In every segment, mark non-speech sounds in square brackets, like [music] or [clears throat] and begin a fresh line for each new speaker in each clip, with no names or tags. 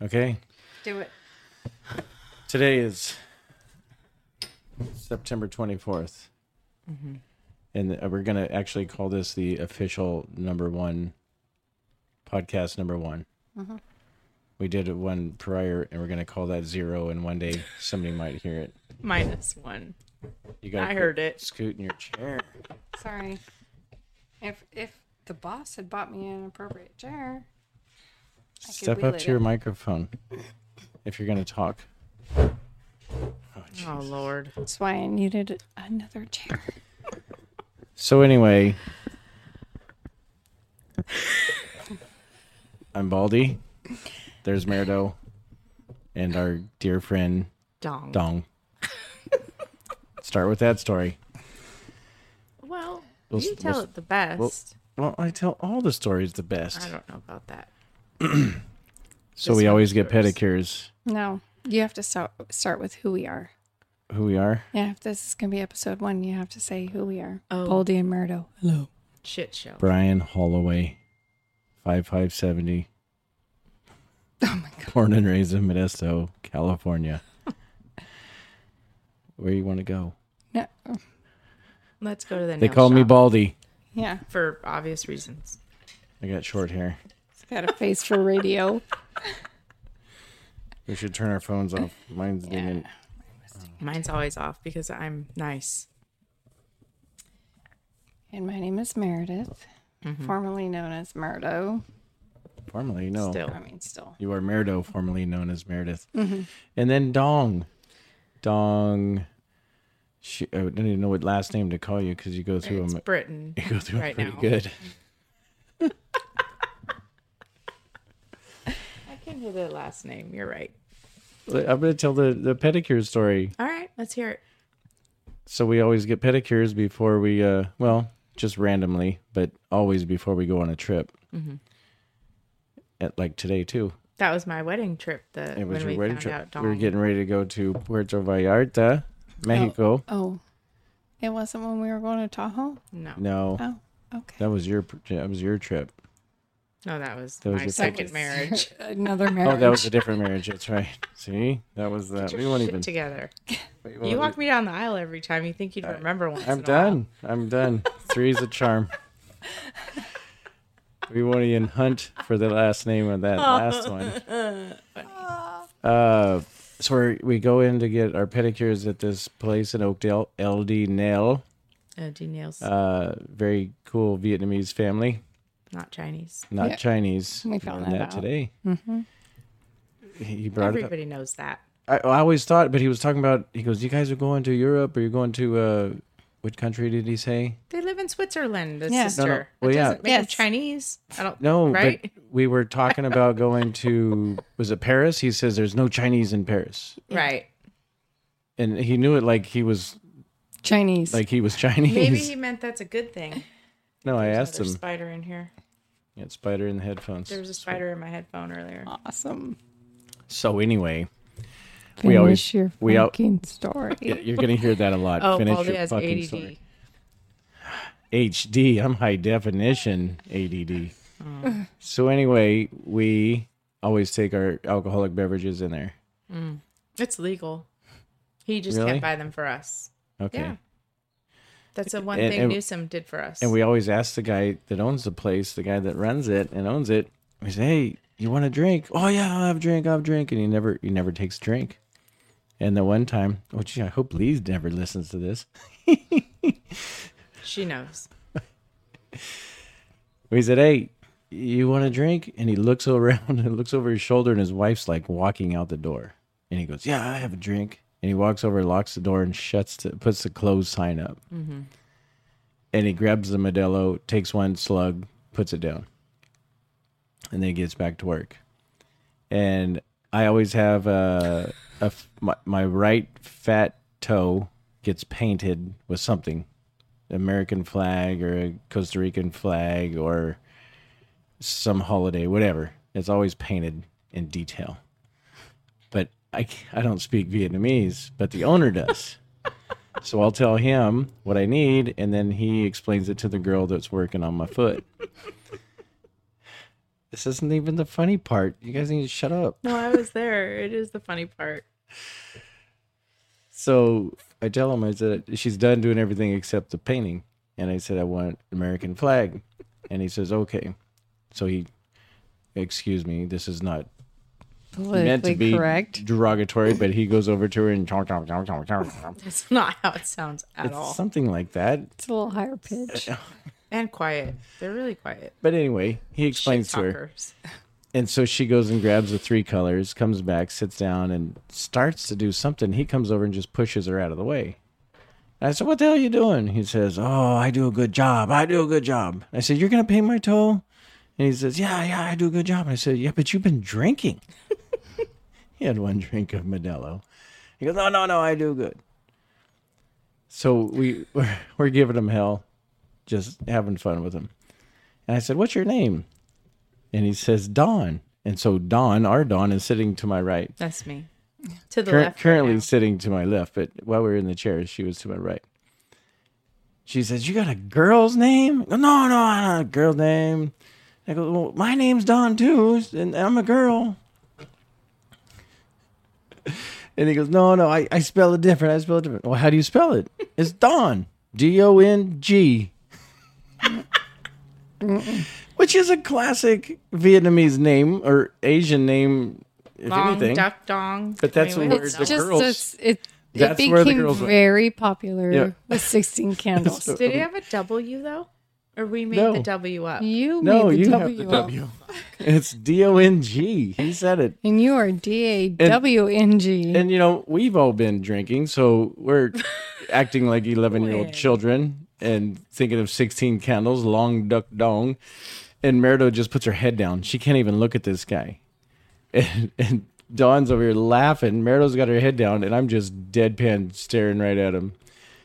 Okay.
Do it.
Today is September 24th. And uh, we're going to actually call this the official number one podcast number one. We did it one prior, and we're going to call that zero. And one day somebody might hear it.
Minus one.
You got.
I heard it.
Scoot in your chair.
Sorry. If if the boss had bought me an appropriate chair, I could
Step
wheel
up
it
to your microphone if you're going to talk. Oh, jeez.
Oh Lord.
That's why I needed another chair.
So [laughs] anyway, I'm Baldy. There's Merdo, and our dear friend
Dong.
[laughs] Dong. Start with that story.
Well,
We'll
you
s-
tell
we'll s-
it the best.
Well, I tell all the stories the
I
best.
don't know about that.
So
this
we
one
always get
first.
pedicures.
No, you have to start start with who we are.
Who we are?
Yeah, if this is gonna be episode one, you have to say who we are.
Oh.
Boldy and Murdo.
Shit show.
Brian Holloway, five five seventy,
[laughs] Oh my god.
born and raised in Modesto,
[laughs]
California. Where you want to go?
No.
Let's go to the
They
nail
call me
shop
Baldy.
Yeah,
for obvious reasons.
I got short hair.
it's got a face for [laughs] radio.
We should turn our phones off. Mine's didn't.
Mine's always off because I'm nice.
And my name is Meredith,
Mm-hmm.
formerly known as Murdo.
Formerly, no.
Still. Mm-hmm.
I mean, still.
You are Merido, formerly known as Meredith. And then Dong. Dong. She, I don't even know what last name to call you because you go through
It's
them.
Britain.
[laughs] You go through 'em
right
pretty
now.
good.
I can hear the last name. You're right.
But I'm going to tell the, the pedicure story.
All right, let's hear it.
So we always get pedicures before we, uh, well, just randomly, but always before we go on a trip.
Mm-hmm.
At like today too.
That was my wedding trip. The
It was
when we
your wedding
found
trip.
out Dong.
We were getting ready to go to Puerto Vallarta, Mexico.
Oh, it wasn't when we were going to Tahoe.
no, no,
No,
Oh, okay.
that was your that was your trip.
that was
That was
my
your
second
second-
marriage.
[laughs] Another
Oh,
marriage.
that was a different marriage. That's right. [laughs] See, that was [laughs] that.
Get
We
your
won't
shit
even.
together.
we won't
You walk
even-
me down the aisle every time. You think you'd remember once.
I'm
in a while.
done. I'm done. Three's a
[laughs]
charm. We won't even hunt for the last name of that
[laughs]
last one.
Oh.
Uh, so we're, we go in to get our pedicures at this place in Oakdale, LD Nail.
Oh, do nails?
Uh, very cool Vietnamese family.
not Chinese.
not
Yeah.
Chinese.
We found
Learned
that out.
today. Mm-hmm. He brought it
Everybody knows that.
up. I, I always thought, but he was talking about. He goes, "You guys are going to Europe, or you're going to uh, what country did he say?"
They live in Switzerland. The
Yeah. No, no.
sister.
Well,
it
yeah.
doesn't make them
Yes.
Chinese. I don't.
No,
Right?
but we were talking about going to was it Paris? He says there's no Chinese in Paris, [laughs]
Right.
and he knew it like he was
Chinese.
like he was [laughs] Chinese.
Maybe he meant that's a good
[laughs]
thing.
no, I
There's
asked
another
him.
spider in here.
Yeah, spider in the headphones.
There was a spider in my headphone earlier.
Uh,
awesome.
so anyway,
Finish
always-
your
we al-
fucking story.
yeah, you're gonna hear that a lot.
Oh,
Finish
Baldy
your
has
fucking
ADD.
story. HD. I'm high definition ADD. So anyway, we always take our alcoholic beverages in there.
It's legal. He just
Really?
can't buy them for us.
Okay.
Yeah. That's the one
And-
thing
and-
Newsom did for us.
And we always ask the guy that owns the place, the guy that runs it and owns it. We say, "Hey, you want a drink? Oh yeah, I'll have a drink. I'll have a drink." And he never, he never takes a drink. And the one time, oh gee, I hope Lee never listens to this.
she knows.
We said, "Hey, you want a drink?" And he looks [laughs] around and looks over his shoulder, and his wife's like walking out the door. And he goes, "Yeah, I have a drink." And he walks over, locks the door, and shuts, the, puts the closed sign up. And he grabs the Modelo, takes one slug, puts it down, and then he gets back to work. And I always have uh, a f- my, my right fat toe gets painted with something American flag or a Costa Rican flag or some holiday, whatever. It's always painted in detail. But I, c- I don't speak Vietnamese, but the owner [laughs] does. so I'll tell him what I need, and then he explains it to the girl that's working on my foot. [laughs] This isn't even the funny part. You guys need to shut up.
No, I was there. It is the funny part. [laughs]
So I tell him, I said, she's done doing everything except the painting. And I said, I want American flag. And he says, okay. So he, excuse me, this is not meant to
Politically
be
correct.
derogatory, but he goes over to her and chomp, chomp, chomp, chomp, chomp, chomp.
That's not how it sounds at
It's
all.
something like that.
It's a little
[laughs]
higher pitch.
and quiet. They're really quiet.
But anyway, he explains to her.
Talkers.
And so she goes and grabs the three colors, comes back, sits down, and starts to do something. He comes over and just pushes her out of the way. And I said, What the hell are you doing? He says, Oh, I do a good job. I do a good job. I said, You're going to pay my toll? And he says, Yeah, yeah, I do a good job. And I said, Yeah, but you've been drinking. [laughs] he had one drink of Modelo. He goes, No, no, no, I do good. So we, [laughs] we're, we're giving him hell, just having fun with him. And I said, What's your name? and he says Don. And so Don, our Don, is sitting to my right.
That's me. To the
Cur-
left. right
currently
now.
sitting to my left, but while we were in the chairs, she was to my right. She says, "You got a girl's name?" I go, no, no, I don't have a girl's name. I go, "Well, my name's Don too, and I'm a girl." [laughs] And he goes, "No, no, I, I spell it different. I spell it different." Well, how do you spell it? It's Don, D O N G, [laughs] which is a classic Vietnamese name or Asian name, if
Long
anything.
duck dong.
But that's
Wait,
where
wait,
It's
the
no.
just
girls-
it's- it, it
That's where the
became
girls went.
very popular
Yeah. [laughs]
with 16 candles.
So-
Did it have a W though? Or we made
No.
the W up?
You
No,
made
you
the W, Oh,
have the
up,
W. It's D O N G. He said it.
and you are D A W N G.
And you know, we've all been drinking, so
[laughs]
we're acting like 11 year old
Wait.
children and thinking of 16 candles, long duck dong. And Merido just puts her head down. She can't even look at this guy. [laughs] And, and Dawn's over here laughing. Merido's got her head down, and I'm just deadpan staring right at him.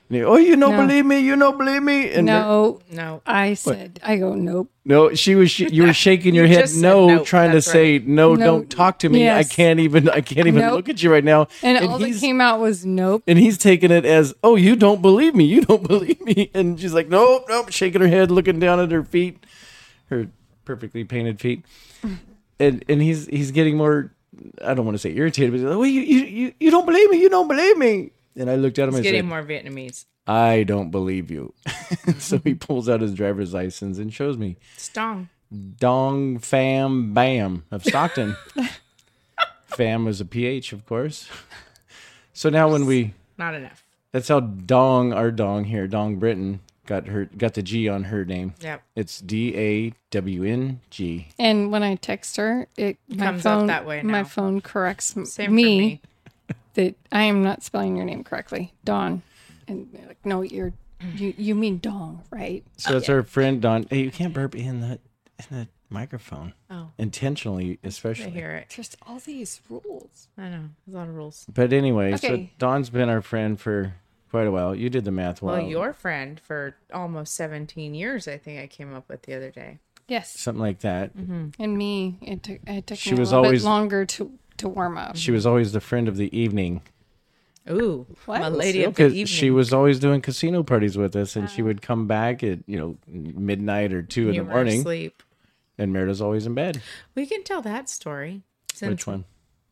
And he, oh, you don't
No.
believe me. You don't believe me. And Mer-
No,
No.
I said I go nope.
No, she was. Sh- you were shaking your
You
head
just said
no,
no,
trying to
that's
say no,
No,
Don't talk to me.
yes.
I can't even. I can't even
Nope.
look at you right now.
And, all that
he's
came out was nope.
and he's taking it as oh, you don't believe me. You don't [laughs] believe me. And she's like, nope, nope, shaking her head, looking down at her feet, her perfectly painted feet. And and he's he's getting more. I don't want to say irritated, but he's like, well, you you you, you don't believe me. You don't believe me. And I looked at him
It's
and
getting
said,
more Vietnamese.
I don't believe you. [laughs] so he pulls out his driver's license and shows me.
It's dong.
Dong Fam Bam of
[laughs]
Stockton. Fam was a PH, of course. So now when we
Not enough.
that's how Dong our Dong here, Dong Britain, got her got the G on her name.
Yep.
It's D A W N G.
And when I text her, it my
Comes up
phone
that way
my
now.
phone corrects m-
Same
me,
for me.
that I am not spelling your name correctly, Dawn. And they're like, no, you're you you mean Dong, right?
So that's our friend Don. Hey, you can't burp in the in the microphone.
Oh.
Intentionally,
I
especially.
hear it.
There's all these rules.
I know. There's a lot of rules.
But anyway, so
Okay.
Don's been our friend for quite a while. You did the math
Well,
well.
your friend for almost 17 years, I think I came up with the other day.
Yes,
something like that.
Mm-hmm.
and me, it took it took
She
me
was
a little
always-
bit longer to to warm up.
She was always the friend of the evening.
Ooh,
What?
my lady of the
because
evening. Oh.
she was always doing casino parties with us, and she would come back at you know midnight or two in
You
the
were
morning,
asleep.
and Merida's always in bed.
We can tell that story. Since
Which one?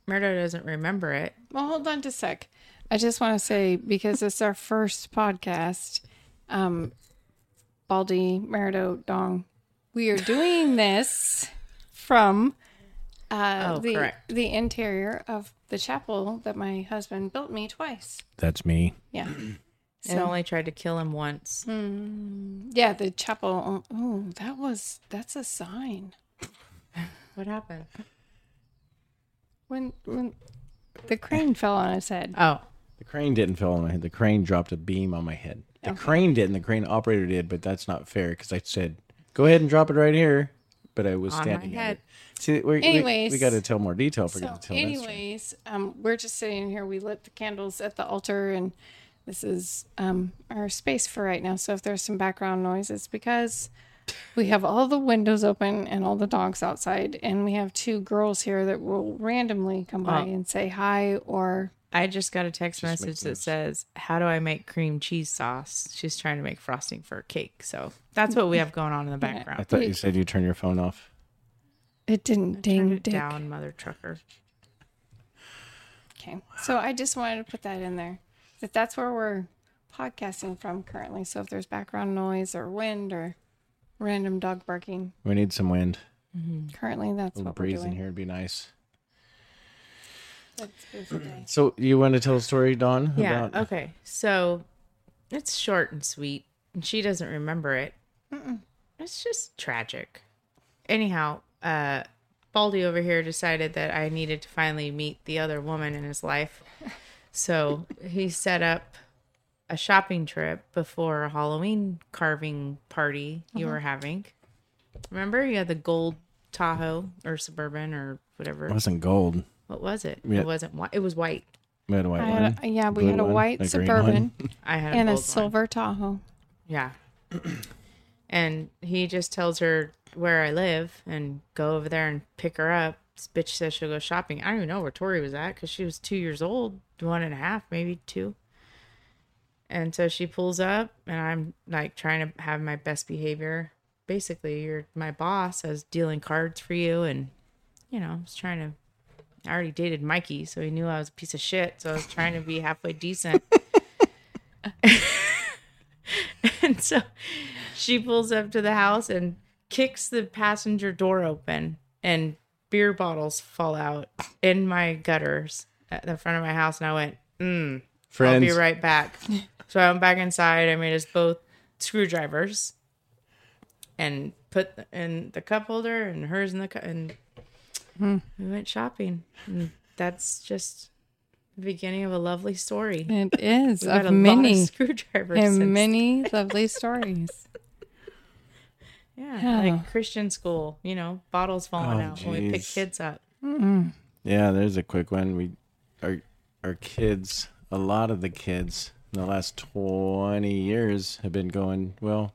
Murdo doesn't remember it.
Well, hold on just a sec. I just want to say because it's our first podcast, um, Baldy Merido Dong, we are doing this from uh,
Oh,
the
correct.
the interior of the chapel that my husband built me twice.
That's me. [clears throat]
Yeah, so
and only tried to kill him once.
yeah, the chapel. Oh, that was that's a sign.
What happened?
When when the crane [laughs] fell on his head.
Oh,
The crane didn't fall on my head. The crane dropped a beam on my head. The
Oh.
Okay.
crane didn't. The crane operator did, but that's not fair because I said, "Go ahead and drop it right here,w," but I was
On my
standing. at
head.
it. See, we're, we
Anyways.
we got to tell more detail. If we're
So,
going to tell that story.
anyways, um, we're just sitting here. We lit the candles at the altar, and this is um, our space for right now. So, if there's some background noise, it's because we have all the windows open and all the dogs outside, and we have two girls here that will randomly come by
Oh.
and say hi or
I just got a text
Just make
message that
noise.
says, How do I make cream cheese sauce? She's trying to make frosting for a cake. So that's what we have going on in the
I
background.
thought you said you turned your phone off.
It didn't ding
Turn it
dick.
down, mother trucker.
Okay. So I just wanted to put that in there. That that's where we're podcasting from currently. So if there's background noise or wind or random dog barking,
We need some wind.
currently that's
A little
what we're
breeze in
doing.
here would be nice.
That's good for today.
So you want to tell a story, Dawn?
Yeah.
About,
Okay. So it's short and sweet, and she doesn't remember it. It's just tragic. Anyhow, uh, Baldy over here decided that I needed to finally meet the other woman in
[laughs]
his life. So he set up a shopping trip before a Halloween carving party you
Uh-huh.
were having. Remember? You had the gold Tahoe or Suburban or whatever.
It wasn't gold.
What was it?
Yeah.
It wasn't white. It was white.
We had a white
I
one.
had a, yeah, we
blue
had a
one,
white
a green one.
suburban
I had a [laughs]
and a
gold one.
silver Tahoe.
Yeah. and he just tells her where I live and go over there and pick her up. This bitch says she'll go shopping. I don't even know where Tori was at because she was two years old, one and a half, maybe two. And so she pulls up, and I'm like trying to have my best behavior. Basically, you're my boss. I was dealing cards for you, and you know, I was trying to. I already dated Mikey, so he knew I was a piece of shit. So I was trying to be halfway decent. [laughs] And so she pulls up to the house and kicks the passenger door open, and beer bottles fall out in my gutters at the front of my house. And I went, mm, I'll
Friends,
be right
[laughs]
back. so I went back inside. I made us both screwdrivers and put th- in the cup holder and hers in the cup. And
Hmm.
we went shopping. And that's just the beginning of a lovely story.
It is
We've had
of
a lot
many
of [laughs] screwdrivers
and
since
many lovely stories.
Yeah,
Yeah.
like Christian school, you know, bottles falling
Oh,
out when we pick
jeez.
kids up.
Yeah, there's a quick one. We our our kids, a lot of the kids in the last 20 years have been going, well,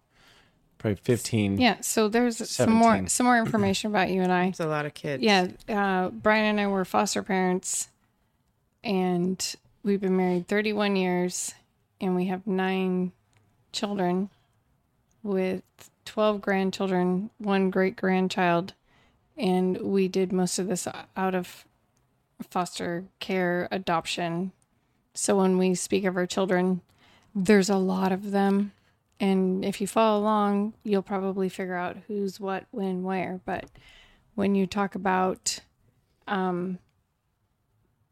probably 15.
Yeah. So there's some more
Seventeen.
some more information about you and I.
It's a lot of kids.
Yeah, uh, Brian and I were foster parents, and we've been married 31 years, and we have nine children with 12 grandchildren, one great grandchild, and we did most of this out of foster care adoption. So when we speak of our children, there's a lot of them. And if you follow along, you'll probably figure out who's what, when, where. But when you talk about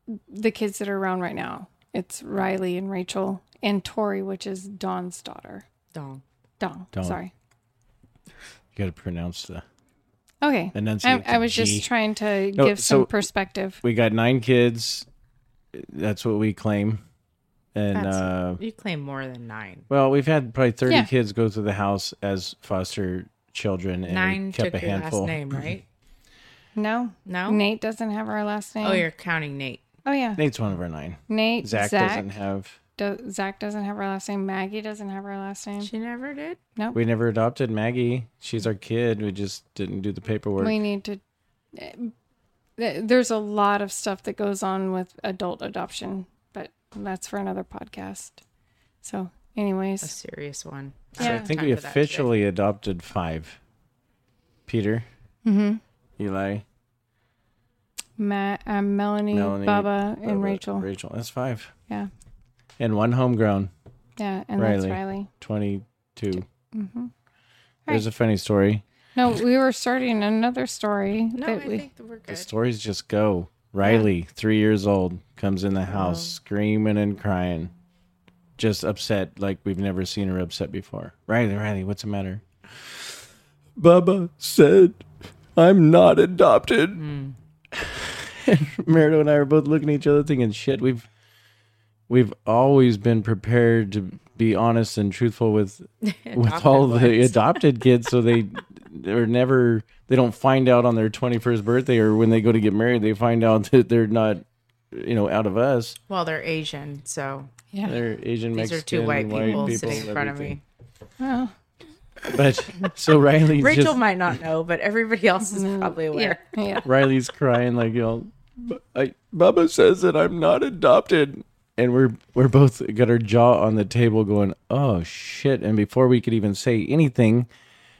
um, the kids that are around right now. It's Riley and Rachel and Tori, which is Dawn's daughter.
Dong.
Dawn.
Dawn.
Sorry.
You got to pronounce the.
Okay. I,
Enunciate
I
the
was
G.
just trying to
No,
give some
so-
perspective.
We got 9 kids. That's what we claim. And
That's-
uh
You claim more than nine.
well, we've had probably 30
Yeah.
kids go through the house as foster children and we
Nine
kept
took
a
your
handful. [laughs]
last name, right?
No.
No?
Nate doesn't have our last name.
Oh, you're counting Nate.
Oh, yeah.
Nate's one of our 9.
Nate.
Zach,
Zach, Zach,
doesn't
doesn't,
have
do, Zach doesn't have our last name. Maggie doesn't have our last name.
She never did.
We never adopted Maggie. She's our kid. We just didn't do the paperwork.
We need to. eh, th- There's a lot of stuff that goes on with adult adoption, but that's for another podcast. So,
A
anyways,
serious one.
So I
Yeah.
think
Time
we
for that shit.
officially adopted five. Peter, mm-hmm. Eli,
Matt, um, Melanie,
Melanie,
Baba, and
Bubba,
Rachel.
Rachel, that's five,
yeah,
and one homegrown,
yeah, and
Riley.
that's Riley.
twenty-two.
Mm-hmm.
There's a funny story.
No, we were starting another story
No, I
that we.
think that we're
The
good.
stories just go. Riley, three years old, comes in the house screaming and crying, just upset like we've never seen her upset before. Riley, Riley, what's the matter? Bubba said, I'm not adopted. [laughs] Merito and I are both looking at each other thinking, shit, we've we've always been prepared to be honest and truthful with with all the
ones. [laughs]
adopted kids so they they're never they don't find out on their 21st birthday or when they go to get married they find out [laughs] that they're not you know out of us
Well, they're Asian, so
Yeah.
they're asian
these
Mexican,
are two white, people, sitting in front
everything.
Oh,
but so riley's
of me. Rachel
just,
might not know, but everybody else is
[laughs]
probably
yeah,
aware.
yeah.
Riley's crying like you know, "Bu- I, Bubba says that I'm not adopted, and we're we're both got our jaw on the table going, oh shit! And before we could even say anything,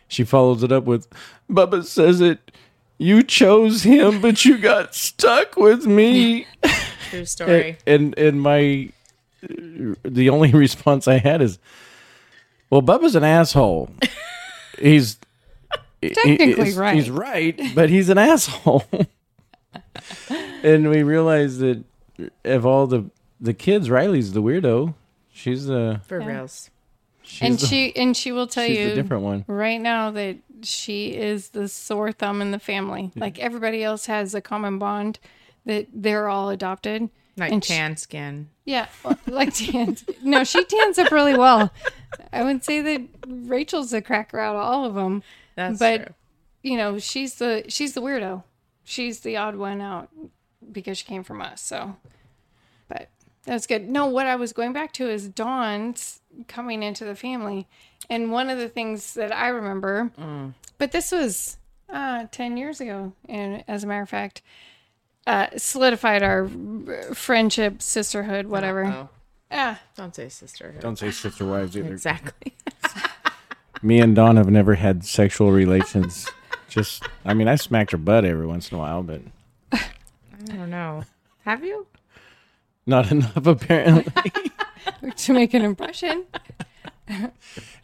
she follows it up with, Bubba says it. You chose him, but you got stuck with me.
True story.
And and my the only [laughs] response I had is, "Well, Bubba's an
[laughs]
asshole. He's he-
Technically
he's-
right.
He's right, but he's an [laughs] asshole." and we realized that of all the the kids, Riley's the weirdo. She's the
For reals.
she's
and
the,
she and she will tell
she's
you
the different one.
right now that she is the sore thumb in the family. Like everybody else has a common bond that they're all adopted.
Like
And she-
tan skin.
Yeah, well, [laughs] like tans. No, she tans up really well. I would say that Rachel's the cracker out of all of them,
That's
but
true.
you know she's the she's the weirdo. She's the odd one out because she came from us. So, but that's good. No, what I was going back to is Dawn's coming into the family, and one of the things that I remember, but this was uh, ten years ago, and as a matter of fact. Uh, solidified our uh, friendship, sisterhood, whatever.
Oh,
Ah,
don't say sister.
Don't say sister wives either.
Exactly.
Me and Dawn have never had sexual
[laughs]
relations. Just, I mean, I smacked her butt every once in a while, but
I don't know. Have you?
not [laughs] enough apparently.
[laughs] to make an impression.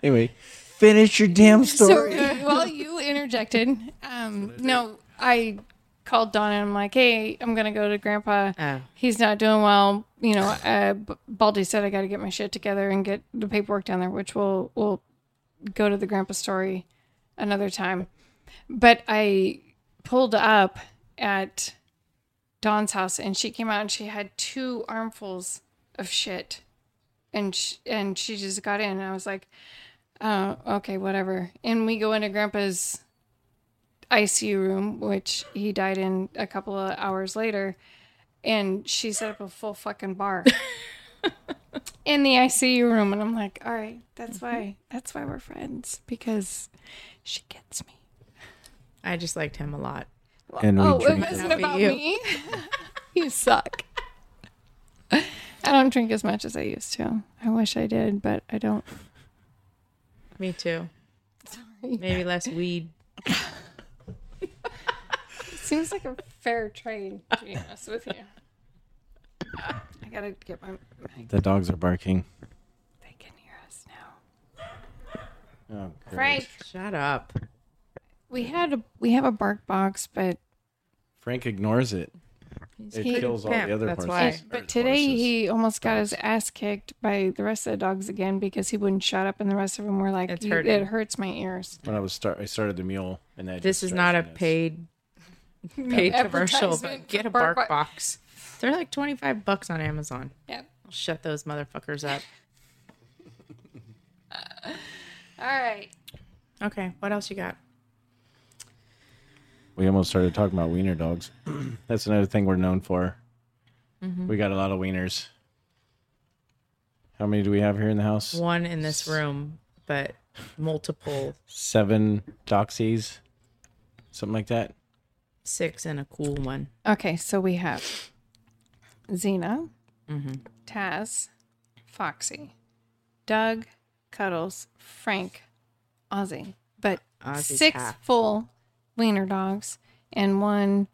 anyway, finish your damn
So,
story.
uh, well, you interjected. Um, no, I called Donna and I'm like, hey, I'm going to go to Grandpa.
Oh.
He's not doing well. You know, uh, B- Baldy said I got to get my shit together and get the paperwork down there, which we'll, we'll go to the Grandpa story another time. But I pulled up at Dawn's house and she came out and she had two armfuls of shit. And she, and she just got in and I was like, oh, okay, whatever. And we go into grandpa's ICU room, which he died in a couple of hours later. And she set up a full fucking [laughs] bar in the ICU room. And I'm like, all right, that's why, that's why we're friends because she gets me.
I just liked him a lot.
And we
oh, it
drink
wasn't
Happy
about
you.
me. [laughs] you suck. I don't drink as much as I used to. I wish I did, but I don't.
Me too. Maybe less weed.
Seems like a fair trade, to be honest with you. I gotta get my. my
The dogs are barking.
they can hear us now.
Oh,
Frank,
Shut up.
we had a we have a bark box, but
Frank ignores it.
He's
It
pretty
kills all
pimp,
the other
That's
horses.
why.
Or
but today
horses.
he almost got his ass kicked by the rest of the dogs again because he wouldn't shut up, and the rest of them were like,
It's
"You-
hurting.
"It hurts my ears."
When I was start, I started the mule, and that
This
just
is not a
drives me nuts.
paid [laughs] paid commercial, but
Advertisement
get
for
a bark,
Bark Bo-
box. They're like twenty five bucks on Amazon.
Yeah.
I'll shut those motherfuckers up.
All right.
Okay, what else you got?
We almost started talking about wiener dogs. [clears throat] That's another thing we're known for.
Mm-hmm.
We got a lot of wieners. How many do we have here in the house?
One in this room, but multiple
Seven doxies, something like that.
six and a cool one.
Okay, so we have Xena,
Mm-hmm.
Taz, Foxy, Doug, Cuddles, Frank, Ozzy, but
Ozzy's
six
half.
full wiener dogs and one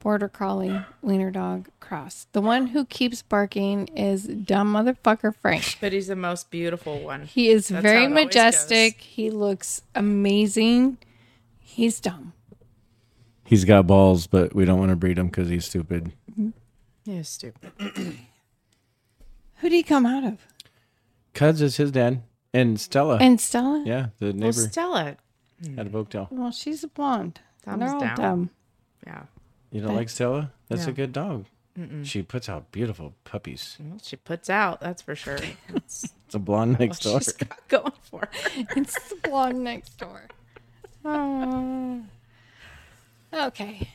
border collie wiener dog cross. The one who keeps barking is dumb motherfucker Frank.
But he's the most beautiful one.
He is
That's how
very
it always
majestic. He looks amazing. He's dumb.
He's got balls, but we don't want to breed him because he's stupid.
He's stupid.
Who do you come out of?
Cuds is his dad, and Stella.
Uh. And Stella?
yeah, the
Well,
neighbor
Stella.
out of Oakdale.
Well, she's a blonde. and
Thumbs
They're all
down. [laughs]
dumb.
Yeah.
You don't like Stella? That's a
No.
good dog. She puts out beautiful puppies.
Well, she puts out, that's for [laughs] sure. That's
It's a blonde
what
next door.
[laughs] she's got going for her.
It's the blonde next door. Oh. okay.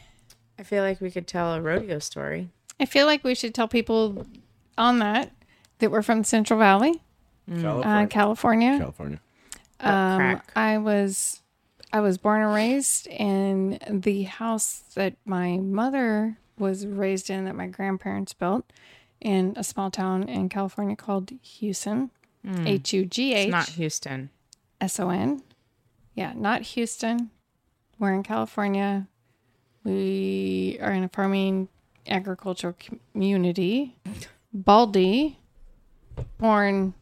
I feel like we could tell a rodeo story.
I feel like we should tell people on that that we're from Central Valley, uh,
California.
California.
California.
Um,
crack.
I was I was born and raised in the house that my mother was raised in that my grandparents built in a small town in California called Houston. H U G
Hmm. It's
H
not Houston.
S O N. Yeah, not Houston. We're in California. We are in a farming agricultural community. Baldy, born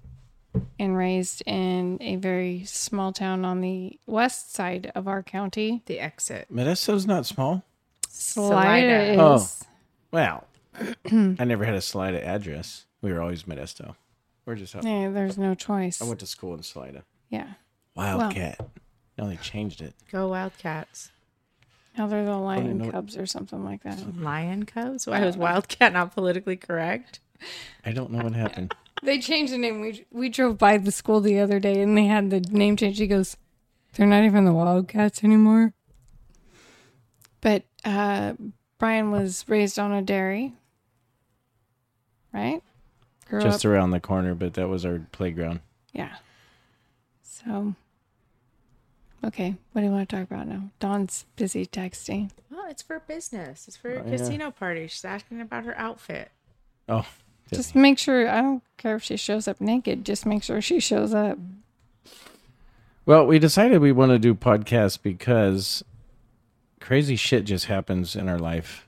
and raised in a very small town on the west side of our county.
The exit.
Modesto's not small.
Salida is.
Oh.
[clears throat]
Wow. I never had a Salida address. We were always Modesto. We're just out.
Yeah, there's no choice.
I went to school in Salida.
yeah.
Wildcat. No, they changed it.
Go Wildcats.
Now they're the
didn't
lion
know-
cubs or something like that.
Lion Cubs? Why was Wildcat not politically correct?
I don't
[laughs]
know what happened.
They changed the name. We we drove by the school the other day and they had the name change. He goes, they're not even the Wildcats anymore. But uh, Brian was raised on a dairy, right? Grew
just
up,
around the corner, but that was our playground.
yeah. So, okay, what do you want to talk about now? Dawn's busy texting.
Well, it's for business. It's for a
Oh, yeah.
casino party. She's asking about her outfit.
Oh,
Just make sure. I don't care if she shows up naked. Just make sure she shows up.
Well, we decided we want to do podcasts because crazy shit just happens in our life.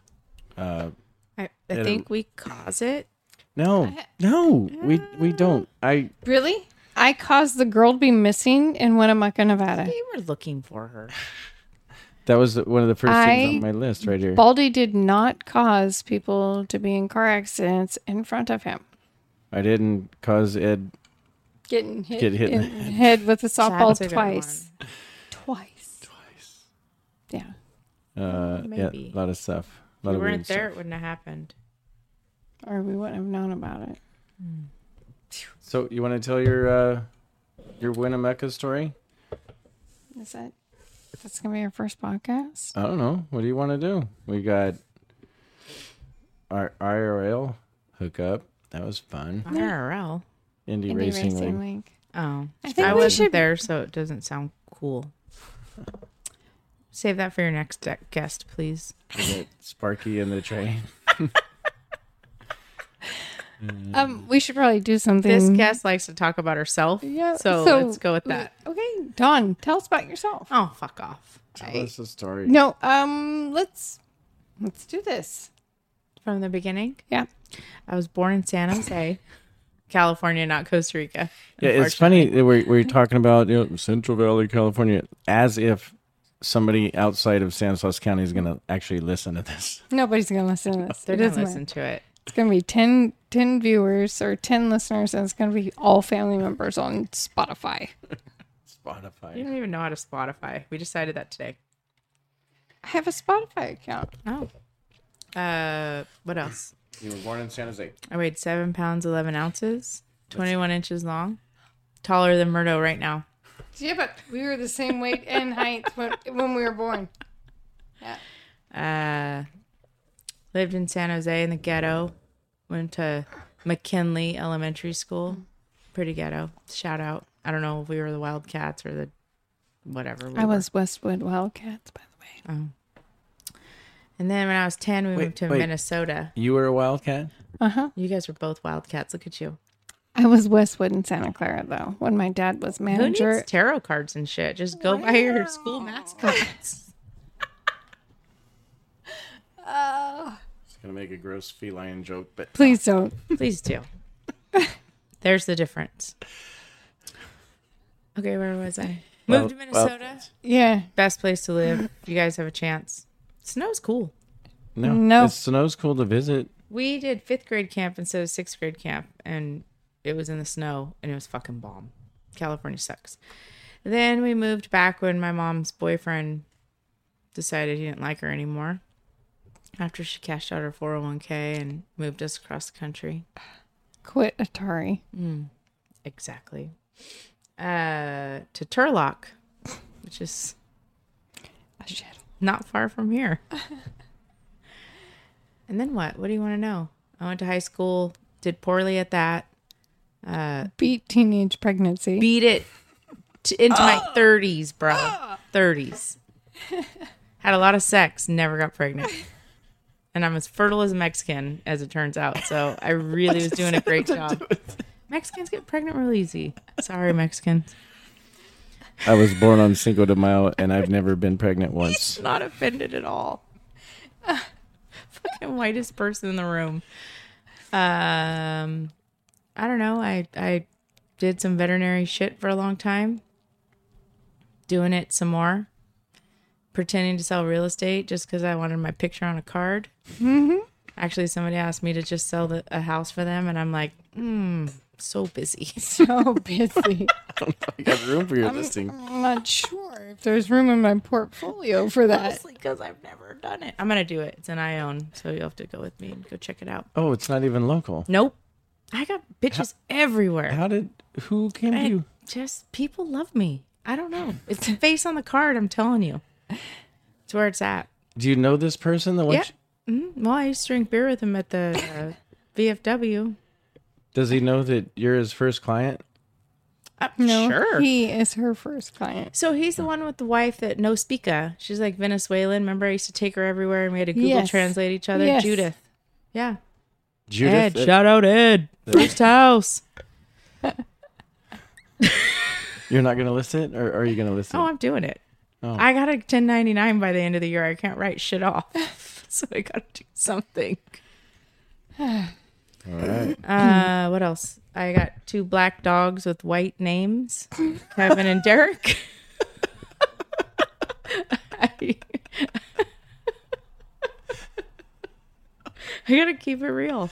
Uh,
I,
Yeah.
I think we cause it.
no, no, we we don't. I
Really? I caused the girl to be missing in Winnemucca, Nevada.
They were looking for her.
that was the- one of the first things on my
I
list right here.
Baldy did not cause people to be in car accidents in front of him.
I didn't cause Ed.
Getting hit,
Get hit in
in
the
the head with a softball
That's a good
twice. Twice. Twice. Yeah.
Uh, yeah,
Maybe.
a lot of stuff. A
If
lot
we
of
weren't
weird
there,
stuff.
it wouldn't have happened.
Or we wouldn't have known about it.
So you want to tell your uh, your Winnemucca story?
Is that that's gonna be our first podcast?
I don't know. What do you want to do? We got our IRL hookup. That was fun.
IRL.
Indie,
Indie
racing, league.
League.
Oh,
I
I,
think we
wasn't
should-
there, so it doesn't sound cool. Save that for your next de- guest, please.
Is it Sparky in the
[laughs]
train.
Um, we should probably do something.
This guest likes to talk about herself.
Yeah,
So,
so-
let's go with that.
Okay, Dawn, tell us about yourself.
Oh, fuck off.
Tell us a story.
No, um, let's let's do this.
From the beginning,
Yeah.
I was born in San Jose, California, not Costa Rica.
Yeah, it's funny that we're, we're talking about you know, Central Valley, California, as if somebody outside of San Luis County is going to actually listen to this. [laughs]
Nobody's gonna listen to this.
They're
It
going to
doesn't matter.
listen to it.
It's gonna be 10, 10 viewers or ten listeners, and it's gonna be all family members on Spotify.
You
Spotify.
don't even know how to Spotify. We decided that today.
I have a Spotify account.
Oh. Uh, what else?
You were born in San Jose.
I weighed seven pounds, 11 ounces, 21 inches long, taller than Murdo right now.
Yeah, but we were the same weight and height when, when we were born.
Uh, lived in San Jose in the ghetto. Went to McKinley Elementary School.
Mm-hmm.
Pretty ghetto. Shout out. I don't know if we were the Wildcats or the whatever. we
I
were.
was Westwood Wildcats, by the way.
And then when I was 10, we
Wait,
moved to
wait.
Minnesota.
You were a wildcat?
Uh huh.
You guys were both Wildcats. Look at you.
I was Westwood in Santa Clara though, when my dad was
Who needs
manager.
tarot cards and shit? Just go by your
[laughs]
school mascots.
It's going to make a gross feline joke, but
Please don't. [laughs]
Please do. There's the difference. Okay, where was I? Moved
Well-
to Minnesota.
Yeah.
Best place to live. You guys have a chance. Snow's cool.
no.
No.
It's snow's cool to visit.
We did fifth grade camp instead of sixth grade camp, and it was in the snow, and it was fucking bomb. California sucks. Then we moved back when my mom's boyfriend decided he didn't like her anymore after she cashed out her 401k and moved us across the country.
Quit Atari.
Exactly. Uh, to Turlock, which is
Oh, shit.
not far from here. and then what? What do you want to know? I went to high school, did poorly at that,
Beat teenage pregnancy. [laughs]
beat it t- into my 30s, bro. 30s. Had a lot of sex, never got pregnant. And I'm as fertile as a Mexican, as it turns out. So I really was doing a great job. Mexicans get pregnant real easy. Sorry, Mexicans.
I was born on Cinco de Mayo, and I've never been pregnant once.
Not offended at all. [laughs] fucking whitest person in the room. Um, I don't know. I I did some veterinary shit for a long time. Doing it some more. Pretending to sell real estate just because I wanted my picture on a card. Mm-hmm. Actually, somebody asked me to just sell the, a house for them, and I'm like, hmm, so [laughs] busy.
So Oh, [laughs] busy.
[laughs] I got room for your listing.
I'm not sure if there's room in my portfolio for that.
Honestly, because I've never done it. I'm gonna do it. It's an I own, so you'll have to go with me and go check it out.
Oh, it's not even local.
Nope, I got bitches everywhere.
How did who came to
I
you?
just people love me. I don't know. It's the face on the card. I'm telling you, it's where it's at.
Do you know this person? The one
Yeah. Mhm. Well, I used to drink beer with him at the uh, VFW.
does he know that you're his first client?
Uh,
No,
sure.
he is her first client.
so he's the one with the wife that no speaka. She's like Venezuelan. Remember, I used to take her everywhere, and we had to Google
Yes.
translate each other.
Yes.
Judith. Yeah.
Judith. uh,
Ed. Shout out Ed. First house.
You're not gonna list it, or are you gonna list it?
Oh, I'm doing it.
Oh.
I got a 1099 by the end of the year. I can't write shit off. [laughs] so I got to do something.
All right.
Uh, what else? I got two black dogs with white names, Kevin and Derek. I, I gotta keep it real.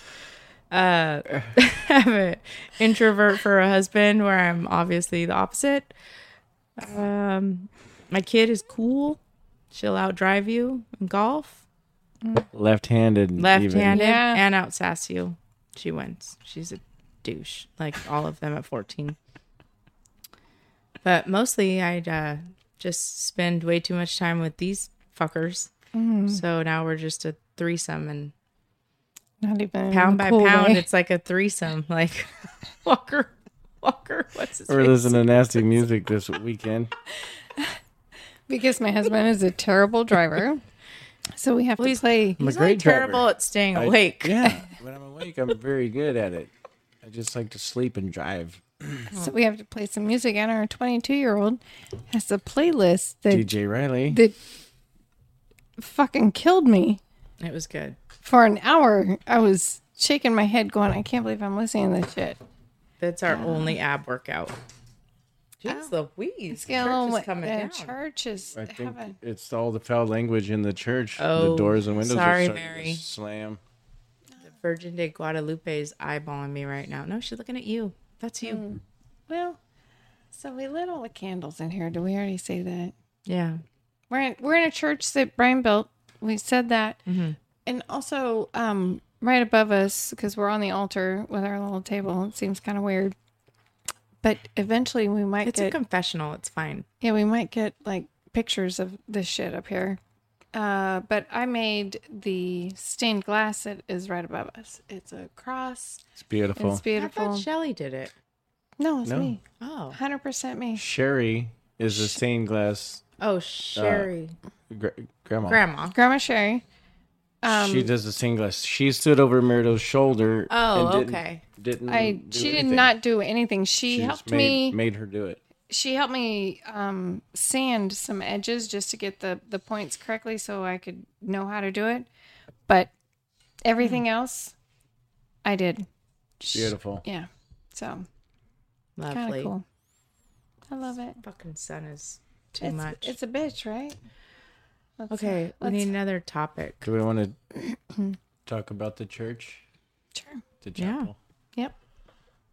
Uh, [laughs] I have an introvert for a husband, where I'm obviously the opposite. Um, my kid is cool. She'll outdrive you in golf.
Left-handed. even.
Left-handed
Yeah.
and outsass you. She wins. She's a douche, like all of them at 14. But mostly, I'd uh, just spend way too much time with these fuckers. So now we're just a threesome, and
Not even
pound by
cool way.
pound, it's like a threesome. [laughs] Like Walker, Walker, what's his
We're
face?
listening to nasty music this weekend.
because my husband is a terrible [laughs] driver. So we have to play.
I'm a
He's only
great driver.
terrible at staying
I-
awake.
yeah, when I'm awake, I'm very good at it. I just like to sleep and drive.
So we have to play some music, and our 22 year old has a playlist that
DJ Riley.
that fucking killed me
It was good.
for an hour. I was shaking my head, going, "I can't believe I'm listening to this shit."
That's our only ab workout. Jeez Louise,
It's getting a little
church is
wet.
coming
The
down.
church is
I think
having.
it's all the foul language in the church.
Oh,
the doors and windows
sorry,
are starting
Mary.
to slam.
Virgin de Guadalupe is eyeballing me right now. No, she's looking at you. That's you.
Mm. Well, so we lit all the candles in here. Did we already say that?
Yeah.
We're in, we're in a church that Brian built. We said that,
Mm-hmm.
and also um, right above us because we're on the altar with our little table. It seems kind of weird, but eventually we might
It's a
get
confessional. It's fine.
yeah we might get like pictures of this shit up here. Uh, but I made the stained glass that is right above us. It's a cross.
It's beautiful.
It's
I
beautiful.
thought Shelly did it.
no, it's
No.
me.
Oh.
Hundred percent me.
Sherry is a stained glass
Oh, Sherry.
gra- grandma.
Grandma.
Grandma Sherry. Um,
she does the stained glass. She stood over Myrtle's shoulder.
Oh,
and didn't,
okay.
Didn't
I
do
she did
anything.
not do anything. She,
She just
helped
made,
me.
Made her do it.
she helped me um, sand some edges just to get the the points correctly so I could know how to do it. But everything else, I did. Sh-
Hmm. Beautiful.
Yeah. So kind
Lovely.
of cool. I love it.
Fucking sun is too
It's,
much.
it's a bitch, right? Let's-
okay. We
Let's,
need another topic.
Do we
[clears throat]
want to talk about the church,
sure.
the
Yeah.
chapel?
Yep.